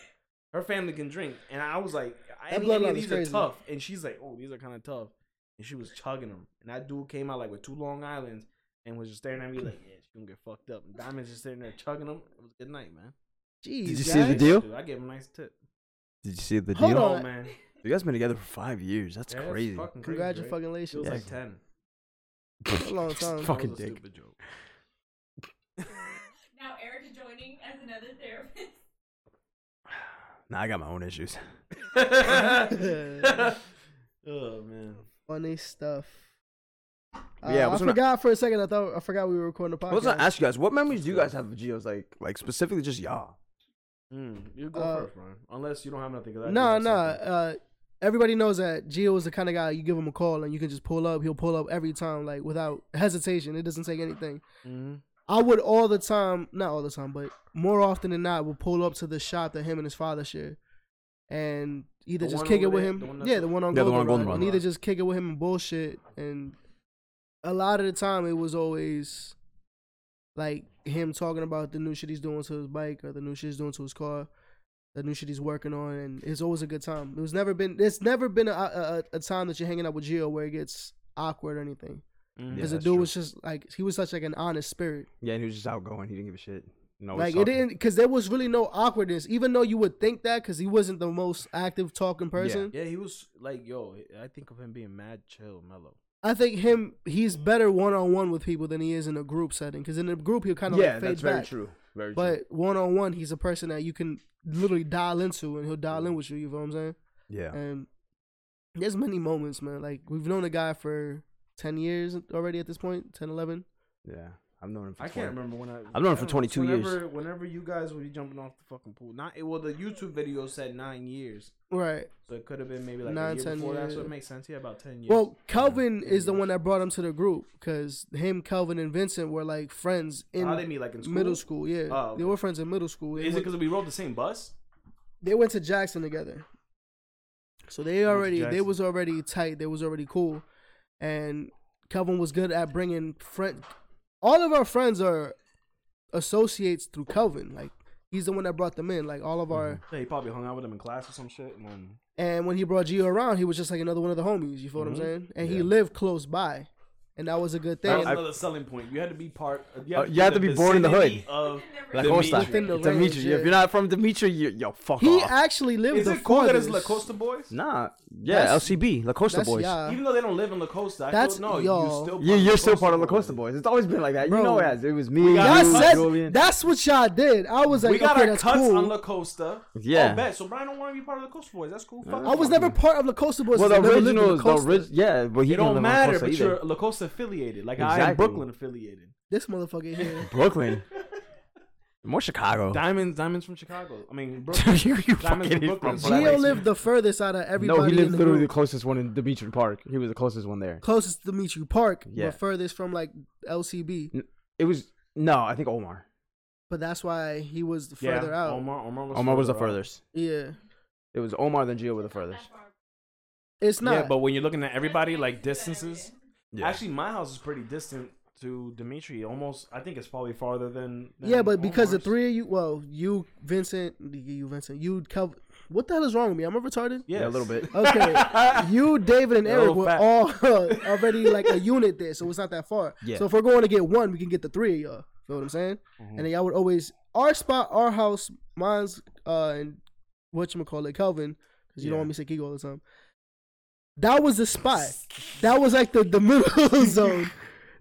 Her family can drink, and I was like, I That any, any bloodline of is these crazy. are tough. And she's like, oh, these are kind of tough. And she was chugging them, and that dude came out like with two Long Island's, and was just staring at me like, yeah, she gonna get fucked up. And Diamond's just sitting there chugging them. It was a good night, man. Jeez, Did you see the guys. deal? Dude, I gave him a nice tip. Did you see the Hold deal? on. Oh man, You guys been together for five years. That's Yeah, crazy. fucking crazy, right? Congratulations. It was like Yeah. ten. a long time. That fucking was a dick. stupid joke. Now Eric is joining as another therapist. Nah, I got my own issues. oh man. Funny stuff. Uh, Yeah, I, I was gonna- forgot for a second. I thought I forgot we were recording the podcast. I was gonna ask you guys, what memories do you guys have of Geo's? Like, like specifically just y'all. Mm, you go Uh, first, Brian. Unless you don't have nothing. 'cause I do No, have no. something. Uh, everybody knows that Gio is the kind of guy you give him a call and you can just pull up. He'll pull up every time, like without hesitation. It doesn't take anything. Mhm. I would all the time, not all the time, but more often than not, would pull up to the shop that him and his father share, and either The just one kick it over with there? him. The one that's yeah, up- the one on Yeah, the Golden one Run. on Golden And Run. either just kick it with him and bullshit, and a lot of the time it was always like him talking about the new shit he's doing to his bike or the new shit he's doing to his car, the new shit he's working on, and it's always a good time. It was never been. There's never been a a, a a time that you're hanging out with Gio where it gets awkward or anything. Mhm. Yeah, Because the that's dude true. was just like he was such like an honest spirit. Yeah, and he was just outgoing. He didn't give a shit. No, Like it didn't, because there was really no awkwardness. Even though you would think that, because he wasn't the most active talking person. Yeah, he was like, yo, I think of him being mad, chill, mellow. I think him, he's better one on one with people than he is in a group setting. Because in a group, he'll kind of like fade back. true. Very But one on one, he's a person that you can literally dial into, and he'll dial in with you. You know what I'm saying? yeah, And there's many moments, man. Like we've known the guy for ten years already at this point, 10, 11. yeah. I've known him. For I 20. can't remember when I. I've known him I for don't- 22 years. whenever, Whenever you guys would be jumping off the fucking pool, not well, the YouTube video said nine years, Right. so it could have been maybe like Nine, a year 10 before that. So years. it makes sense. Yeah, about ten years. Well, Calvin Yeah, is the yeah. one that brought him to the group because him, Calvin, and Vincent were like friends in how Oh, they meet like in school? middle school. Yeah, Oh, they okay. were friends in middle school. They, Is it went, because we rode the same bus? they went to Jackson together, so they to already they Jackson. was already tight. They was already cool, and Kelvin was good at bringing friend. All of our friends are associates through Kelvin. Like he's the one that brought them in. Like all Mm-hmm. of our Yeah, he probably hung out with him in class or some shit, and then and when he brought Gio around, he was just like another one of the homies. You feel what I'm saying? And he lived close by. and that was a good That was thing. another selling point. You had to be part. Uh, you had to be born in the vicinity hood. Of, La Dimitri. Costa. Within the Dimitri. range, yeah. If you're not from Dimitri, you, yo, fuck he off. actually lived is the it cool that it's farthest. La Costa boys? nah. Yeah, That's- LCB, La Costa That's Boys. yeah. Even though they don't live in La Costa, I That's- that's no. yo. You're still You, you're still part of La the Costa Boys. It's always been like that. Bro. you know it has. It was me, Y'all you, said- Julian. that's what y'all did. I was like, we got okay, our that's cuts cool. on La Costa. Yeah. Oh, bet. So Brian don't want to be part of the Costa Boys. That's cool. Fuck I was never part of La Costa Boys. well, I the never lived in original, La the Costa. original, yeah, but he It don't didn't live in La matter, Costa but either. you're La Costa affiliated. Like I am Exactly. Brooklyn affiliated. This motherfucker here. Brooklyn, more Chicago. Diamonds, diamonds from Chicago. I mean, Brooklyn. you you Diamonds fucking from Brooklyn. from Geo Brooklyn. lived the furthest out of everybody. No, he in lived the literally the group. closest one in Dimitri Park. He was the closest one there. closest to Dimitri Park, Yeah. but furthest from like LCB. It was no, I think Omar. But that's why he was further yeah, out. Omar, Omar was, Omar was the further out. furthest. Yeah, It was Omar then Gio were the furthest. it's not. Yeah, but when you're looking at everybody like distances, Yeah. actually, my house is pretty distant to Dimitri. Almost, I think it's probably farther than. than yeah, but because the Omar's. three of you, well, you, Vincent, you, Vincent, you, Kelvin. What the hell is wrong with me? I'm a retarded. Yes. Yeah, a little bit. Okay, you, David, and Yo, Eric were fat. all already like a unit there, so it's not that far. Yeah. Mm-hmm. So if we're going to get one, we can get the three of y'all. Feel what I'm saying? And then y'all would always our spot, our house, mine's, uh, and what you call it, Kelvin, because you don't Yeah. want me to say Kiko all the time. That was the spot. That was like the the middle zone.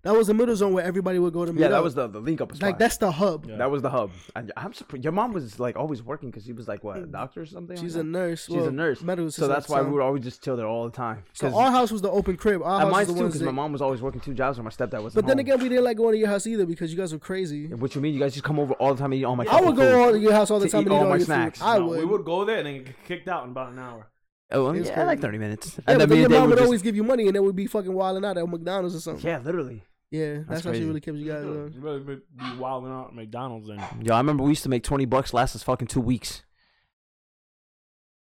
That was the middle zone where everybody would go to meet Yeah, that up. was the, the link up spot. like that's the hub. Yeah. that was the hub. I, I'm surprised. Your mom was like always working because she was like what a doctor or something. She's a like that? nurse. She's well, a nurse. Medical so assistant that's at the why time. we would always just chill there all the time. So 'Cause- our house was the open crib. Our and house was mine's too the ones because my that- mom was always working two jobs and my stepdad was. But then again, we didn't like going to your house either because you guys were crazy. what you mean? You guys just come over all the time and eat all my. I would fucking food. go all to your house all the To time eat and eat all all my your snacks. Food. I No, would. We would go there and then get kicked out in about an hour. Oh, It's yeah, like crazy. thirty minutes. Yeah, and but then me then your mom and Dave would would just- always give you money, and then we'd be fucking wilding out at McDonald's or something. Yeah, literally. Yeah, that's, how she crazy. really kept you guys. uh, going. You better be be wilding out at McDonald's and Yo, I remember we used to make twenty bucks last us fucking two weeks.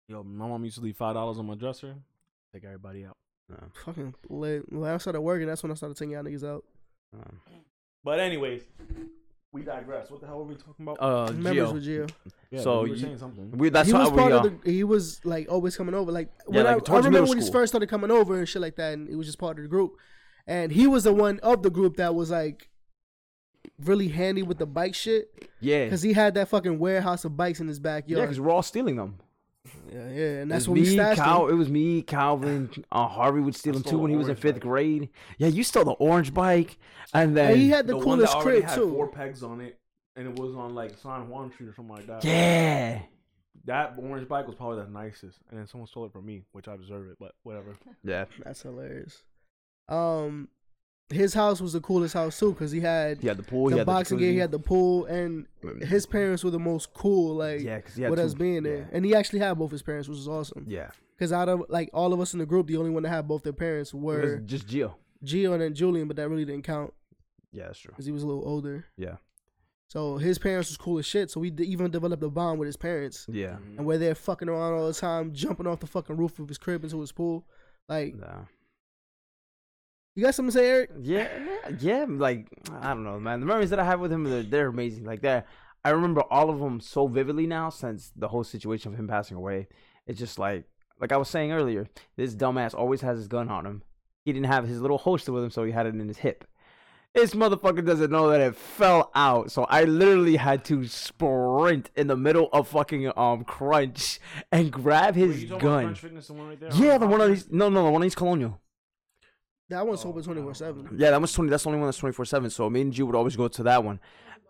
yo, my mom used to leave five dollars on my dresser. Take everybody out. Fucking lit. When I started working, that's when I started taking y'all niggas out. But anyways, we digress. What the hell were we talking about? Uh, Members with Gio. Gio. yeah, so we were you- saying something. We, that's he how was we. part Uh, of the. He was like always coming over. Like Yeah, when like, I- I, towards remember middle when he school. first started coming over and shit like that, and it was just part of the group. And he was the one of the group that was like really handy with the bike shit yeah, because he had that fucking warehouse of bikes in his yeah, backyard. because we're all stealing them. Yeah, yeah, and It that's was when we me, stashed Cal- him. It was me, Calvin. Uh, Harvey would steal I them stole too when the he was in orange fifth bike. grade. Yeah, you stole the orange bike, and then And he had the, one that coolest already crib had too. Four pegs on it, and it was on like San Juan Street or something like that. yeah, That orange bike was probably the nicest, and then someone stole it from me, which I deserve it. But whatever. yeah. That's hilarious. Um, his house was the coolest house too because he had He had the pool. the he had boxing game, he jacuzzi. had the pool, and his parents were the most cool. Like, Yeah, 'cause he had with us two- being there, yeah. and he actually had both his parents, which was awesome. yeah. Because out of like all of us in the group, the only one that had both their parents It was were just Gio. Gio and then Julian, but that really didn't count Yeah, that's true. because he was a little older. Yeah, So his parents was cool as shit. So we d- even developed a bond with his parents, yeah. and we're there fucking around all the time, jumping off the fucking roof of his crib into his pool. Like, Nah. you got something to say, Eric? Yeah, yeah. Like I don't know, man. The memories that I have with him, they're, they're amazing. Like that, I remember all of them so vividly now since the whole situation of him passing away. It's just like, like I was saying earlier, this dumbass always has his gun on him. He didn't have his little holster with him, so he had it in his hip. This motherfucker doesn't know that it fell out, so I literally had to sprint in the middle of fucking um crunch and grab Wait, his you talking about gun. Crunch Fitness, the one right there? Yeah, the one on his no, no, the one on his colonial. That Oh, one's open twenty four seven. Yeah, that one's twenty. That's the only one that's twenty four seven. So me and you would always go to that one.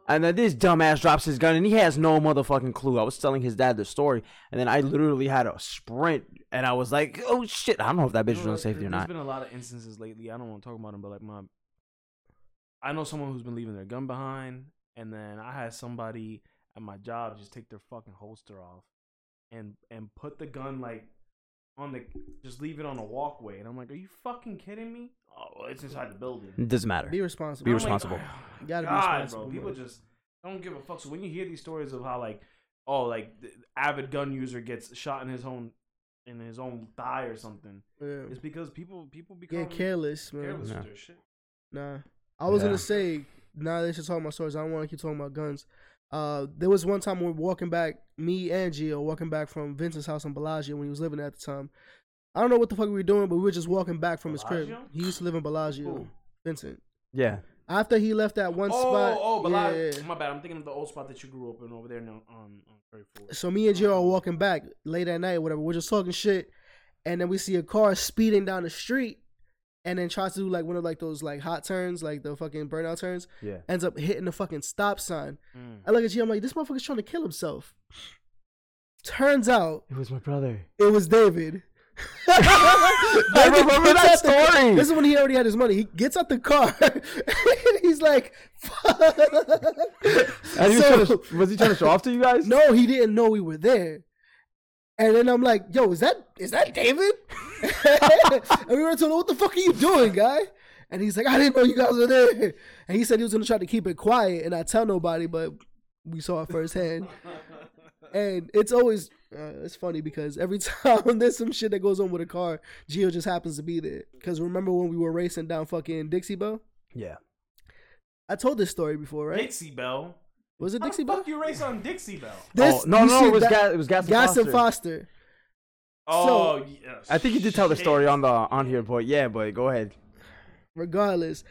And then this dumbass drops his gun, and he has no motherfucking clue. I was telling his dad the story, and then I literally had a sprint, and I was like, "Oh shit!" I don't know if that bitch was on safety There's or not. been a lot of instances lately. I don't want to talk about them, but like my, I know someone who's been leaving their gun behind, and then I had somebody at my job just take their fucking holster off, and and put the gun like on the just leave it on the walkway, and I'm like, are you fucking kidding me? Oh, well, it's inside the building. It doesn't matter. Be responsible. Be I'm res- responsible. Like, oh, my You gotta be God, responsible, Bro. People bro. just don't give a fuck. So when you hear these stories of how like, oh, like the avid gun user gets shot in his own in his own thigh or something, Yeah. it's because people people become Yeah, careless, man. careless Yeah. with their shit. Nah. I was Yeah. gonna say, now that you're talking about stories, I don't wanna keep talking about guns. Uh, there was one time we were walking back, me and Gio walking back from Vincent's house in Bellagio when he was living at the time. I don't know what the fuck we were doing, but we were just walking back from his crib. Bellagio? He used to live in Bellagio. Ooh. Vincent. Yeah. After he left that one oh, spot. oh, but yeah, I- yeah, yeah. my bad. I'm thinking of the old spot that you grew up in over there in um, on Prairie Fork. So me and Jiro are walking back late at night, whatever. We're just talking shit, and then we see a car speeding down the street, and then tries to do like one of like those like hot turns, like the fucking burnout turns. Yeah. Ends up hitting the fucking stop sign. Mm. I look at you, I'm like, this motherfucker's trying to kill himself. Turns out It was my brother. it was David. I remember that gets out the- story. this is when he already had his money. He gets out the car. and he's like, fuck. And he was, So- trying to, was he trying to show off to you guys? no, he didn't know we were there. And then I'm like, yo, is that is that David? and we were told, what the fuck are you doing, guy? And he's like, I didn't know you guys were there. And he said he was gonna try to keep it quiet and not tell nobody, but we saw it firsthand. and it's always uh, it's funny because every time there's some shit that goes on with a car, Geo just happens to be there. Cause remember when we were racing down fucking Dixie Bell? Yeah. I told this story before, right? Dixie Bell. Was it How Dixie the fuck Bell? you race on Dixie Bell? This- oh, no, you no, see it was, that- Ga- it was Gas and Gaston Foster. Foster. Oh, yes. I think you did tell the Shit. story on the on here, boy. Yeah, but go ahead. regardless.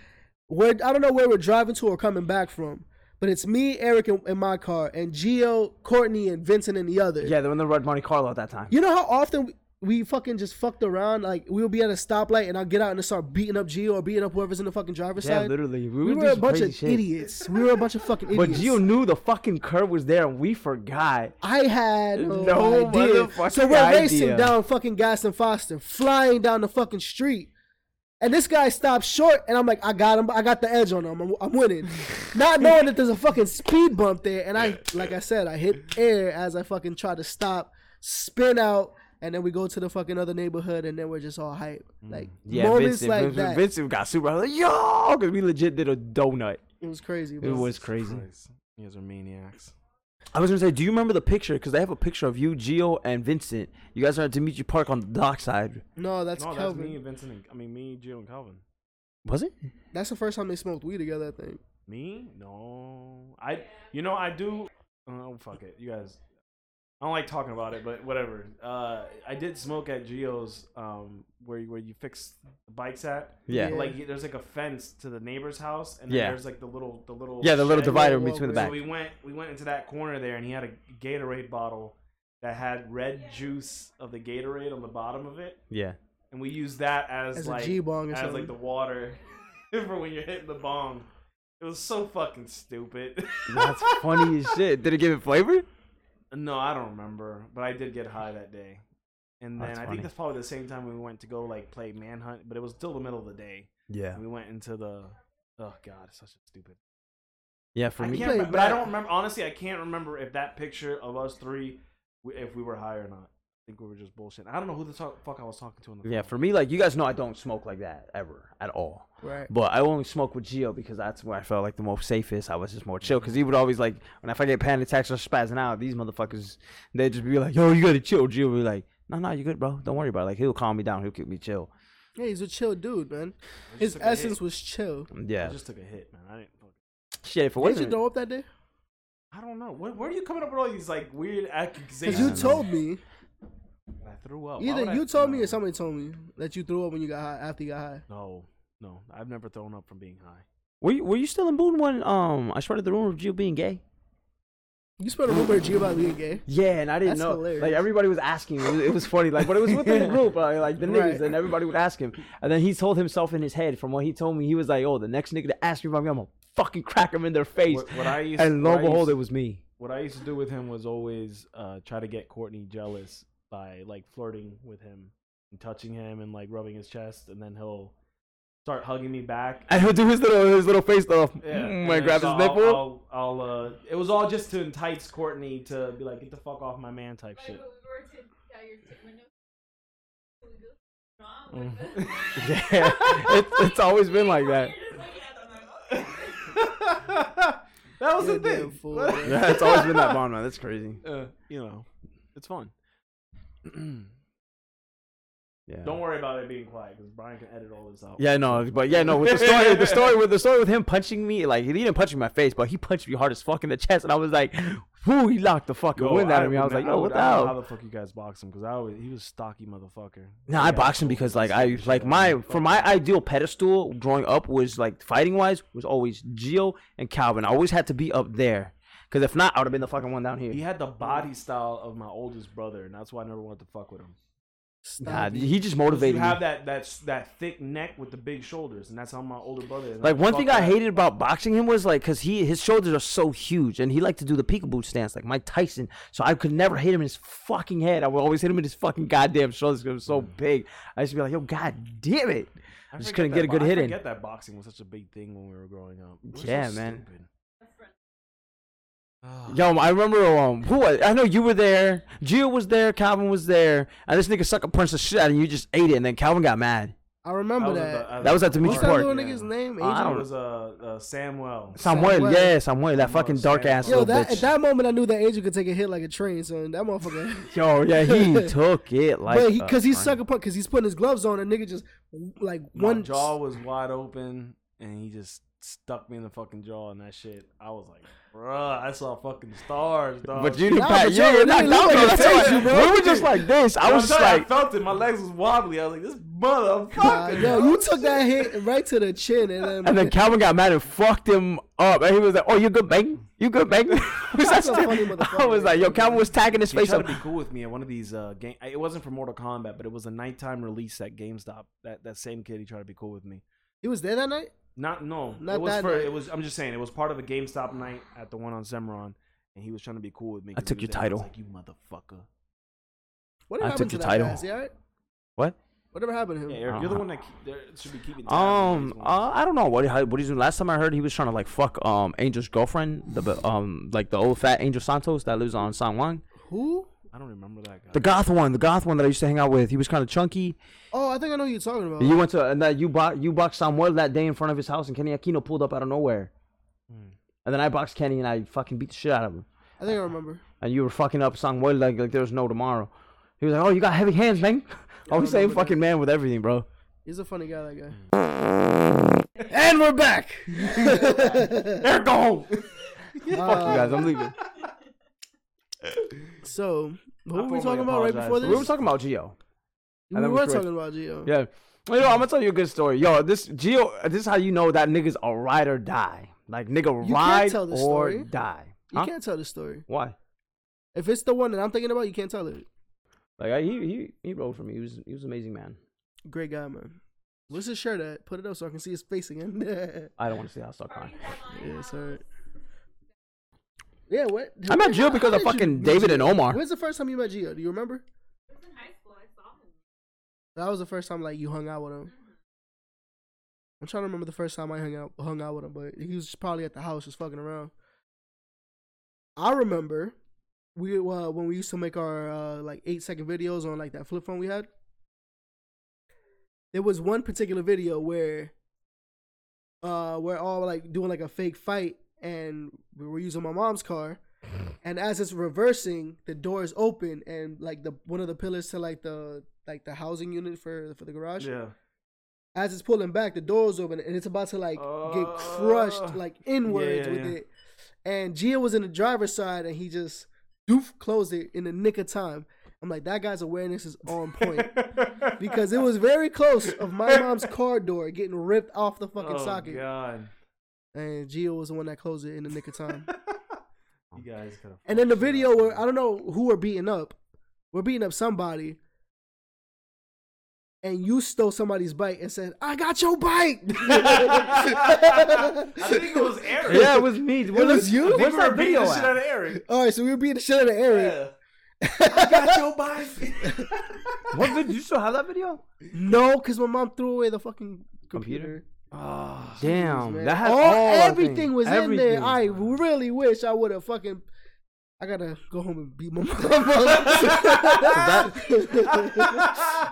Where I don't know where we're driving to or coming back from, but it's me, Eric, in, in my car, and Gio, Courtney, and Vincent in the other. Yeah, they were in the Red Monte Carlo at that time. You know how often we, we fucking just fucked around? Like we'll be at a stoplight and I'll get out and start beating up Gio or beating up whoever's in the fucking driver's Yeah, side. literally. We, We would were do a some bunch crazy of shit. idiots. We were a bunch of fucking But idiots. Gio knew the fucking curve was there, and we forgot. I had no, No idea. motherfucking So we're racing idea. down fucking Gaston Foster, flying down the fucking street. And this guy stops short, and I'm like, I got him. I got the edge on him. I'm, I'm winning. Not knowing that there's a fucking speed bump there. And I, like I said, I hit air as I fucking try to stop, spin out, and then we go to the fucking other neighborhood, and then we're just all hype. Like, Yeah, moments Vincent, like Vincent, that. Vincent got super. I was like, yo, because we legit did a donut. It was crazy. It bro. was crazy. Christ. You guys are maniacs. I was gonna say, do you remember the picture? Because they have a picture of you, Gio, and Vincent. You guys are at Dimitri Park on the dockside. No, that's no, that's me, Kelvin. That's, and Vincent. And, I mean, me, Jill, and Calvin. Was it? the first time they smoked weed together, I think. Me? No. I. You know, I do. Oh fuck it, you guys. I don't like talking about it, but whatever. Uh, I did smoke at Geo's, um, where where you fix the bikes at. Yeah. Yeah. Like, there's like a fence to the neighbor's house, and then Yeah. there's like the little the little Yeah, the little shed. divider whoa, between the whoa, back. So we went we went into that corner there, and he had a Gatorade bottle that had red juice of the Gatorade on the bottom of it, Yeah. and we used that as, As like a G bong or as something. like the water for when you're hitting the bong. It was so fucking stupid. That's funny as shit. Did it give it flavor? No, I don't remember, but I did get high that day. And then That's I funny. think that's probably the same time we went to go like play manhunt, but it was still the middle of the day. Yeah. And we went into the oh god, it's such a stupid. Yeah, for I me. can't, remember, but I don't remember honestly. I can't remember if that picture of us three, w- if we were high or not. I think we were just bullshit. I don't know who the talk, fuck I was talking to on the Yeah, phone. for me, like you guys know, I don't smoke like that ever at all. Right. But I only smoke with Gio because that's where I felt like the most safest. I was just more chill because he would always like when if I get panic attacks or spazzing out, these motherfuckers they'd just be like, "Yo, you gotta chill." Gio would be like, "No, no, you good, bro. Don't worry about it. Like he'll calm me down. He'll keep me chill." Yeah, he's a chill dude, man. just His took a hit. essence was chill. I Yeah, just took a hit, man. I didn't. fuck- shit. For Why what did you throw up that day? I don't know. Where, where are you coming up with all these like weird Because accusations? you told me. I threw up. Why would Either I- you told me no. or somebody told me that you threw up when you got high after you got high. No, no, I've never thrown up from being high. were you, were you still in Boone when um I started the rumor of Gio being gay? You spread a rumor at G about being gay. Yeah, and I didn't That's know. hilarious. Like everybody was asking, it was, it was funny. Like, but it was within the group, uh, like the niggas, Right. and everybody would ask him. And then he told himself in his head, from what he told me, he was like, "Oh, the next nigga to ask me about me, I'm gonna fucking crack him in their face." What- what I used- and lo what and I behold, used- it was me. what I used to do with him was always uh, try to get Courtney jealous by like flirting with him and touching him and like rubbing his chest, and then he'll start hugging me Mm, back. And he'll do his little his little face off. Yeah, mm, and and grab so his nipple. I'll, I'll, I'll, uh, it was all just to entice Courtney to be like, get the fuck off my man type Like, shit. when we were to yeah, your t- window. we go, Mm-hmm. Mm. "Mom, what the-" yeah, it's, it's always been like that. You're just looking at them like, "Oh." that was You're a the damn thing. fool, man. Yeah, it's always been that bond, man. That's crazy. Uh, you know, it's fun. Yeah. Don't worry about it being quiet because Brian can edit all this out. Yeah, no, but yeah, no. With the story, the story with the story with him punching me, like he didn't punch me in my face, but he punched me hard as fuck in the chest, and I was like, Who he locked the fucking Yo, wind out of me. I was remem- like, yo, would- what the I don't know hell? How the fuck you guys box him? Because I always, he was stocky motherfucker. No, I boxed him because like I like my for my ideal pedestal growing up was like fighting wise was always Gio and Calvin. I always had to be up there because if not, I would have been the fucking one down He here. had the body style of my oldest brother, and that's why I never wanted to fuck with him. Nah, Stop it. he 'Cause just You motivated me. have that that s- that thick neck with the big shoulders, and that's how my older brother. is. And Like one fuck thing I that. hated about boxing him was like because he his shoulders are so huge and he liked to do the peekaboo stance like Mike Tyson. So I could never hit him in his fucking head. I would always hit him in his fucking goddamn shoulders because it was so big. I used to be like, yo, god damn it. Mm. I just forget couldn't that get a bo- good I hit in. forget that boxing was such a big thing when we were growing up. We're so Yeah, man. stupid. Yo, I remember um who was, I know you were there, Gio was there, Calvin was there, and this nigga sucker punched the shit out of you. You just ate it, and then Calvin got mad. I I remember was at that. the- I That was at Dimitri What's that Park. little yeah. nigga's name? Uh, I It don't- was uh, uh Samuel. Samuel, Samuel. yeah, Samuel, Samuel, that fucking dark ass Samuel. Yo, little that at bitch. that moment I knew that Adrian could take a hit like a train, son. That motherfucker. Yo, yeah, he took it like. uh, but he, cause a he's friend. sucker punch, cause he's putting his gloves on, and nigga just like My one jaw was wide open, and he just stuck me in the fucking jaw, and that shit. I was like, bruh, I saw fucking stars, dog. But you didn't Nah, pat. but You yo, were it knocked didn't look out. like though. it That's touched why- you, bro. We were just like this. I I'm was just telling you, like, I felt it. My legs was wobbly. I was like, this Nah, motherfucker. yo, you took that hit right to the chin, and then, and then Calvin got mad and fucked him up, and he was like, "Oh, you good, bang? You good, bang?" was that That's a funny shit? I motherfucker. was like, "Yo, Calvin was tagging his He face tried to up." be cool with me at one of these uh, game. It wasn't for Mortal Kombat, but it was a nighttime release at GameStop. That that same kid, he tried to be cool with me. he was there that night. Not no, Not it was that for night. it was. I'm just saying, it was part of a GameStop night at the one on Zemron, and he was trying to be cool with me. 'cause I he took was your there, and I was title. like you motherfucker. Whatever I happened took to your that title. guy? Is he all right? What? Whatever happened to him? Yeah, Eric, you're the Uh, one that keep, there, should be keeping. tabs on these Um, ones. uh, I don't know what he, how- what he's doing. Last time I heard, he was trying to like fuck um Angel's girlfriend, the b- um like the old fat Angel Santos that lives on San Juan, Who? I don't remember that guy. the goth one, the goth one that I used to hang out with. He was kind of chunky. Oh, I think I know who you're talking about. You went to and that you bought you boxed Samuel that day in front of his house, and Kenny Aquino pulled up out of nowhere. And then I boxed Kenny, and I fucking beat the shit out of him. I think I remember. And you were fucking up Samuel like like there was no tomorrow. He was like, "Oh, you got heavy hands, man." Always saying fucking man with everything, bro. He's a funny guy, that guy. and we're back. They're gone. Fuck you Uh, guys, I'm leaving. so, who were we formally talking about right apologize. before this? We were talking about Geo. We and then we were switched. talking about Gio. Yeah. Well, yo, I'm gonna tell you a good story. Yo, this Geo, this is how you know that nigga's a ride or die. Like nigga, can't ride tell this or story. die. You Huh? can't tell the story. Why? If it's the one that I'm thinking about, you can't tell it. Like I, he he he rode for me. He was he was an amazing man. Great guy, man. Where's his shirt at? Put it up so I can see his face again. I don't want to see how I start crying. yeah, sorry. Yeah, what? I met Gio because How of did you fucking meet David Gio? and Omar. When's the first time you met Gio? Do you remember? It was in high school. I saw him. That was the first time like you hung out with him. I'm trying to remember the first time I hung out hung out with him, but he was just probably at the house just fucking around. I remember we uh, when we used to make our uh, like eight second videos on like that flip phone we had. There was one particular video where uh we're all like doing like a fake fight and we were using my mom's car and as it's reversing the door is open and like the one of the pillars to like the like the housing unit for for the garage yeah, as it's pulling back, the door's open and it's about to like get crushed Oh. like inwards Yeah, yeah, with yeah. it. And Gia was in the driver's side and he just doof closed it in the nick of time. I'm like, that guy's awareness is on point. because it was very close of my mom's car door getting ripped off the fucking oh, socket. God, And Gia was the one that closed it in the nick of time. Oh. you guys could have. And then the video where I don't know who we're beating up. We're beating up somebody. And you stole somebody's bike and said, I got your bike. I think it was Eric. Yeah, it was me. What was is- you? I think Where's we were that beating video the shit at? out of Eric. All right, so we were beating the shit out of Eric. Yeah. I got your bike. What video? You still have that video? No, because my mom threw away the fucking computer. Computer? oh, Damn, Man, that had all- all, our everything things. was in there. Everything. I really wish I would have fucking. I gotta go home and beat my mom.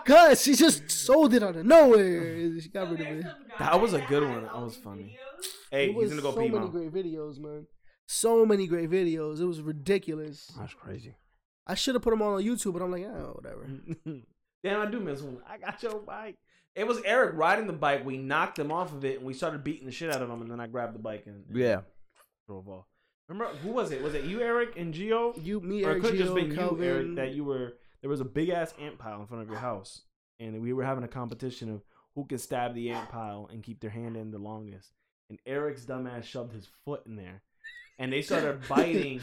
Cause she just sold it out of nowhere. She got rid of There's it. some guy That was a good one. has That all was these funny. videos. Hey, It was he's gonna go so pee, many mom. great videos, man. So many great videos. It was ridiculous. That's crazy. I should have put them all on YouTube, but I'm like, oh, whatever. Mm. Damn, I do miss one. I got your bike. It was Eric riding the bike. We knocked him off of it, and we started beating the shit out of him. And then I grabbed the bike and Yeah. drove off. Remember who was it? Was it you, Eric, and Gio? You, me, or it Eric, could just Gio, been Calvin. you, Eric, that you were. There was a big ass ant pile in front of your house, and we were having a competition of who can stab the ant pile and keep their hand in the longest. And Eric's dumbass shoved his foot in there, and they started biting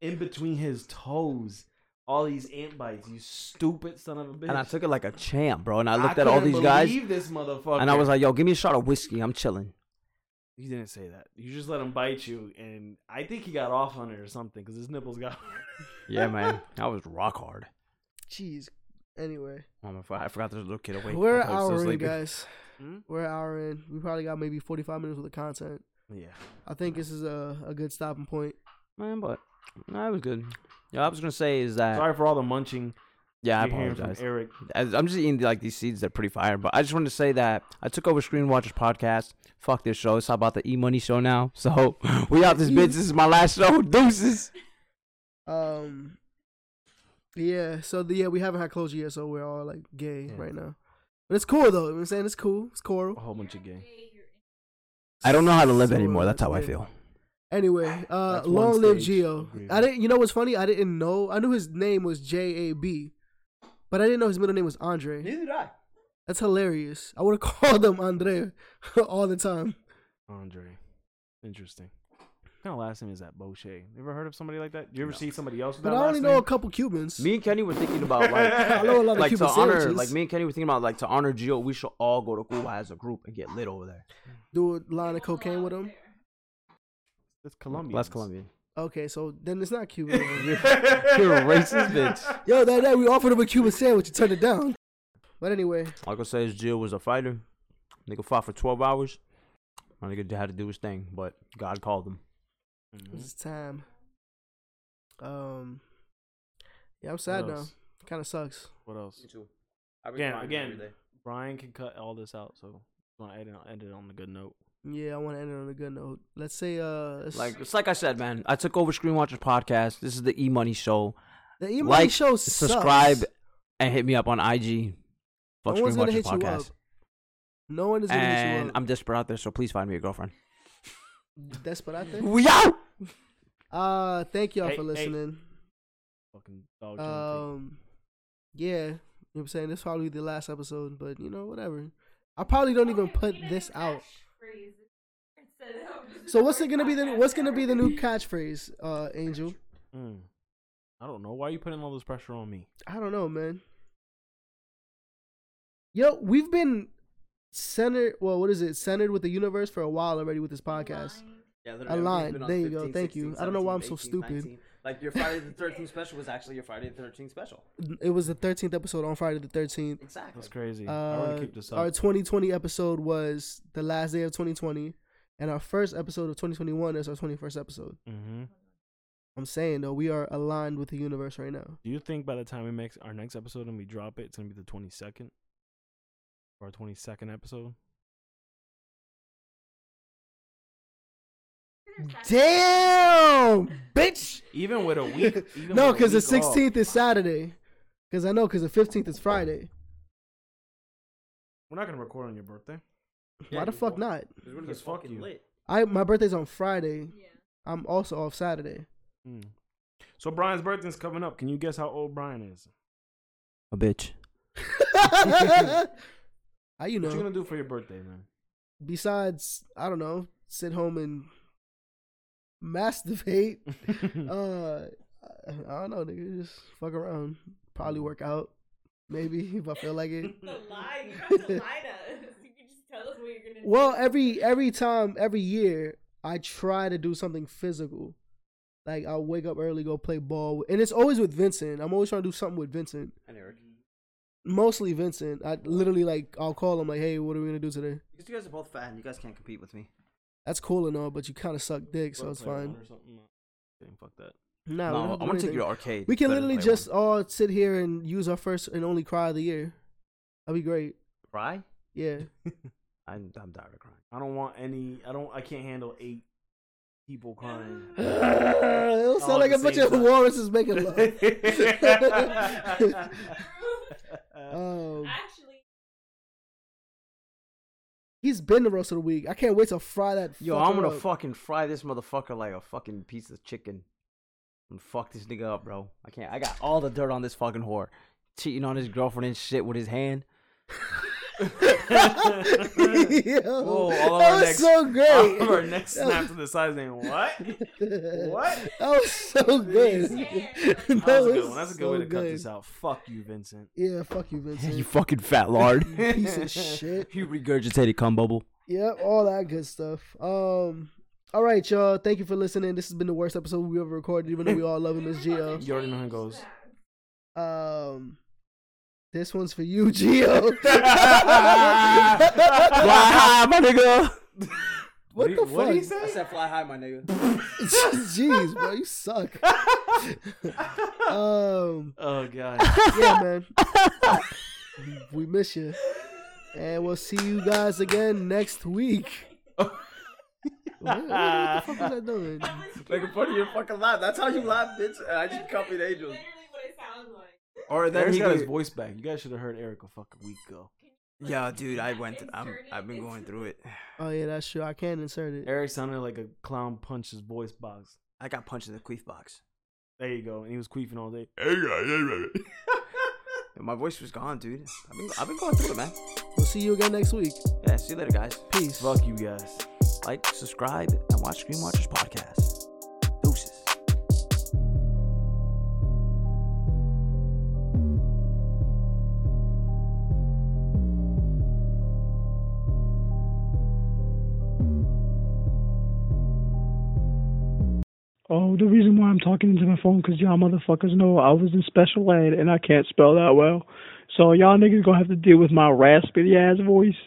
in between his toes. All these ant bites, you stupid son of a bitch! And I took it like a champ, bro. And I looked at all couldn't these guys, believe this motherfucker. and I was like, "Yo, give me a shot of whiskey. I'm chilling." He didn't say that. You just let him bite you, and I think he got off on it or something because his nipples got. Yeah, man. I was rock hard. Jeez. Anyway, Mom, I forgot- I forgot there's a little kid awake. we're I an thought he was hour still in, sleeping. guys. Hmm? We're an hour in. We probably got maybe 45 minutes worth of content. yeah, I think this is a, a good stopping point. Man, but no, it was good. Yeah, I was gonna say is that. sorry for all the munching. yeah, I you're hearing from apologize. Eric. As- I'm just eating like these seeds. They're pretty fire. But I just wanted to say that I took over Screen Watchers podcast. Fuck this show. It's all about the E Money show now. So we out this bitch. This is my last show. Deuces. Um, yeah. So the, yeah, we haven't had closure yet, so we're all like gay Yeah. right now. But it's cool though. You know what I'm saying it's cool. It's A choral. whole bunch of gay. I don't know how to live So, anymore. uh, That's how I yeah. feel. Anyway, uh, That's one long live stage Geo. agreement. I didn't. You know what's funny? I didn't know. I knew his name was J A B, but I didn't know his middle name was Andre. Neither did I. That's hilarious. I would have called him Andre all the time. Andre, interesting. What kind of last name is that? Boche. You ever heard of somebody like that? You ever see somebody else? With But that I only last know a name? couple Cubans. Me and Kenny were thinking about like. I know a lot of Like to Cuban honor, sandwiches. like me and Kenny were thinking about, like to honor Gio, we should all go to Cuba as a group and get lit over there. do a line of cocaine with him. That's Colombian. That's Colombian. Okay, so then it's not Cuban. You're a racist bitch. Yo, that night we offered him a Cuban sandwich. He turned it down. But anyway, Like I say, is Gio was a fighter. Nigga fought for twelve hours. My nigga had to do his thing, but God called him. Mm-hmm. it's time. Um, yeah, I'm sad What now. else? Kind of sucks. What else? too. Again, again. Brian can cut all this out, so I'm gonna end it- end it on a good note. Yeah, I want to end it on a good note. Let's say, uh, let's- Like it's like I said, man. I took over Screen Watchers podcast. This is the E Money Show. the E email like, show sucks. Subscribe and hit me up on IG. Fuck No one's Screen gonna Watchers hit you up. podcast. No one is gonna hit you And up. I'm desperate out there, so please find me a girlfriend. Desperate. We out. Uh, thank y'all Hey, for hey. listening. Fucking dog. Jonathan. Um, yeah, you know what I'm saying? This probably the last episode, but you know, whatever. I probably don't Oh, even put this out. So what's it gonna be? The what's gonna be the new catchphrase, uh, Angel? Mm. I don't know. Why are you putting all this pressure on me? I don't know, man. Yo, we've been centered. Well, what is it? Centered with the universe for a while already with this podcast. literally, Aligned. we've been on There you go. 15, Thank you. 16, I don't know why I'm so 17, stupid. 19. Like your Friday the 13th special was actually your Friday the 13th special. It was the 13th episode on Friday the 13th. Exactly. That's crazy. I want Uh, to keep this up. our 2020 episode was the last day of 2020, and our first episode of 2021 is our 21st episode. hmm I'm saying though, we are aligned with the universe right now. Do you think by the time we make our next episode and we drop it, it's gonna be the twenty second? Our twenty second episode. Damn, bitch. Even with a week. even no, with a because the week off. 16th is Saturday. Because I know, because the 15th is Friday. We're not gonna record on your birthday. Why the fuck not? We're gonna Because fuck you. I my birthday's on Friday. I'm also off Saturday. Mm. So Brian's birthday's coming up. Can you guess how old Brian is? A bitch. How you What you know? gonna do for your birthday, man? Besides, I don't know, sit home and masturbate. uh, I I don't know, nigga. Just fuck around. Probably work out. Maybe if I feel like it. The lie. You don't have to lie to us. You can just tell us what you're gonna do. Well, every every time, every year, I try to do something physical. Like I'll wake up early, go play ball, and it's always with Vincent. I'm always trying to do something with Vincent. And Eric. Mostly Vincent. I literally like I'll call him like, "Hey, what are we gonna do today?" Because you guys are both fat and you guys can't compete with me. That's cool and all, but you kind of suck dick, so it's fine. Fuck that. Nah, No, we I don't do want to take anything. you to arcade. We can Let him literally play just one. all sit here and use our first and only cry of the year. That'd be great. cry. Yeah. I'm, I'm tired of crying. I don't want any. I don't. I can't handle eight people crying. It'll sound All like at a the bunch same of time. walruses making love. True. um, Actually, He's been the roast of the week. I can't wait to fry that. Yo, I'm fucker gonna up. fucking fry this motherfucker like a fucking piece of chicken. And fuck this nigga up, bro. I can't. I got all the dirt on this fucking whore. Cheating on his girlfriend and shit with his hand. Yo, Whoa, all of that our was next- so great. All of our next That was- snap to the side's name. What? What? That was so good. That That was a good one. That's a good so way to cut this out. Fuck you, Vincent. Yeah, fuck you, Vincent. you fucking fat lard. piece of shit. you regurgitated cum bubble. Yep, all that good stuff. Um, all right, y'all. Thank you for listening. This has been the worst episode we ever recorded, even though we all love him as Gio. You already know how it goes. Um, this one's for you, Gio. Oh, Fly high, my nigga. what the What fuck? do you say? said fly high, my nigga. Jeez, bro, you suck. um, Oh god. yeah, man. we miss you, and we'll see you guys again next week. what, what the fuck was I doing? Making fun of your fucking laugh. That's how you laugh, bitch. I just copied Angel. Literally what it sounds like. Or then Eric's he got his goes, voice back. You guys should have heard Eric a fucking week ago. "Yo, dude, I went. I'm. I've been going through it. Oh yeah, that's true. I can insert it. Eric sounded like a clown punched his voice box. I got punched in the queef box. There you go. And he was queefing all day. My voice was gone, dude. I've been, I've been going through it, man. We'll see you again next week. Yeah. See you later, guys. Peace. Fuck you guys. Like, subscribe, and watch Screen Watchers podcast. Deuces. Oh, the reason why I'm talking into my phone 'cause y'all motherfuckers know I was in special ed and I can't spell that well. So y'all niggas gonna have to deal with my raspy ass voice.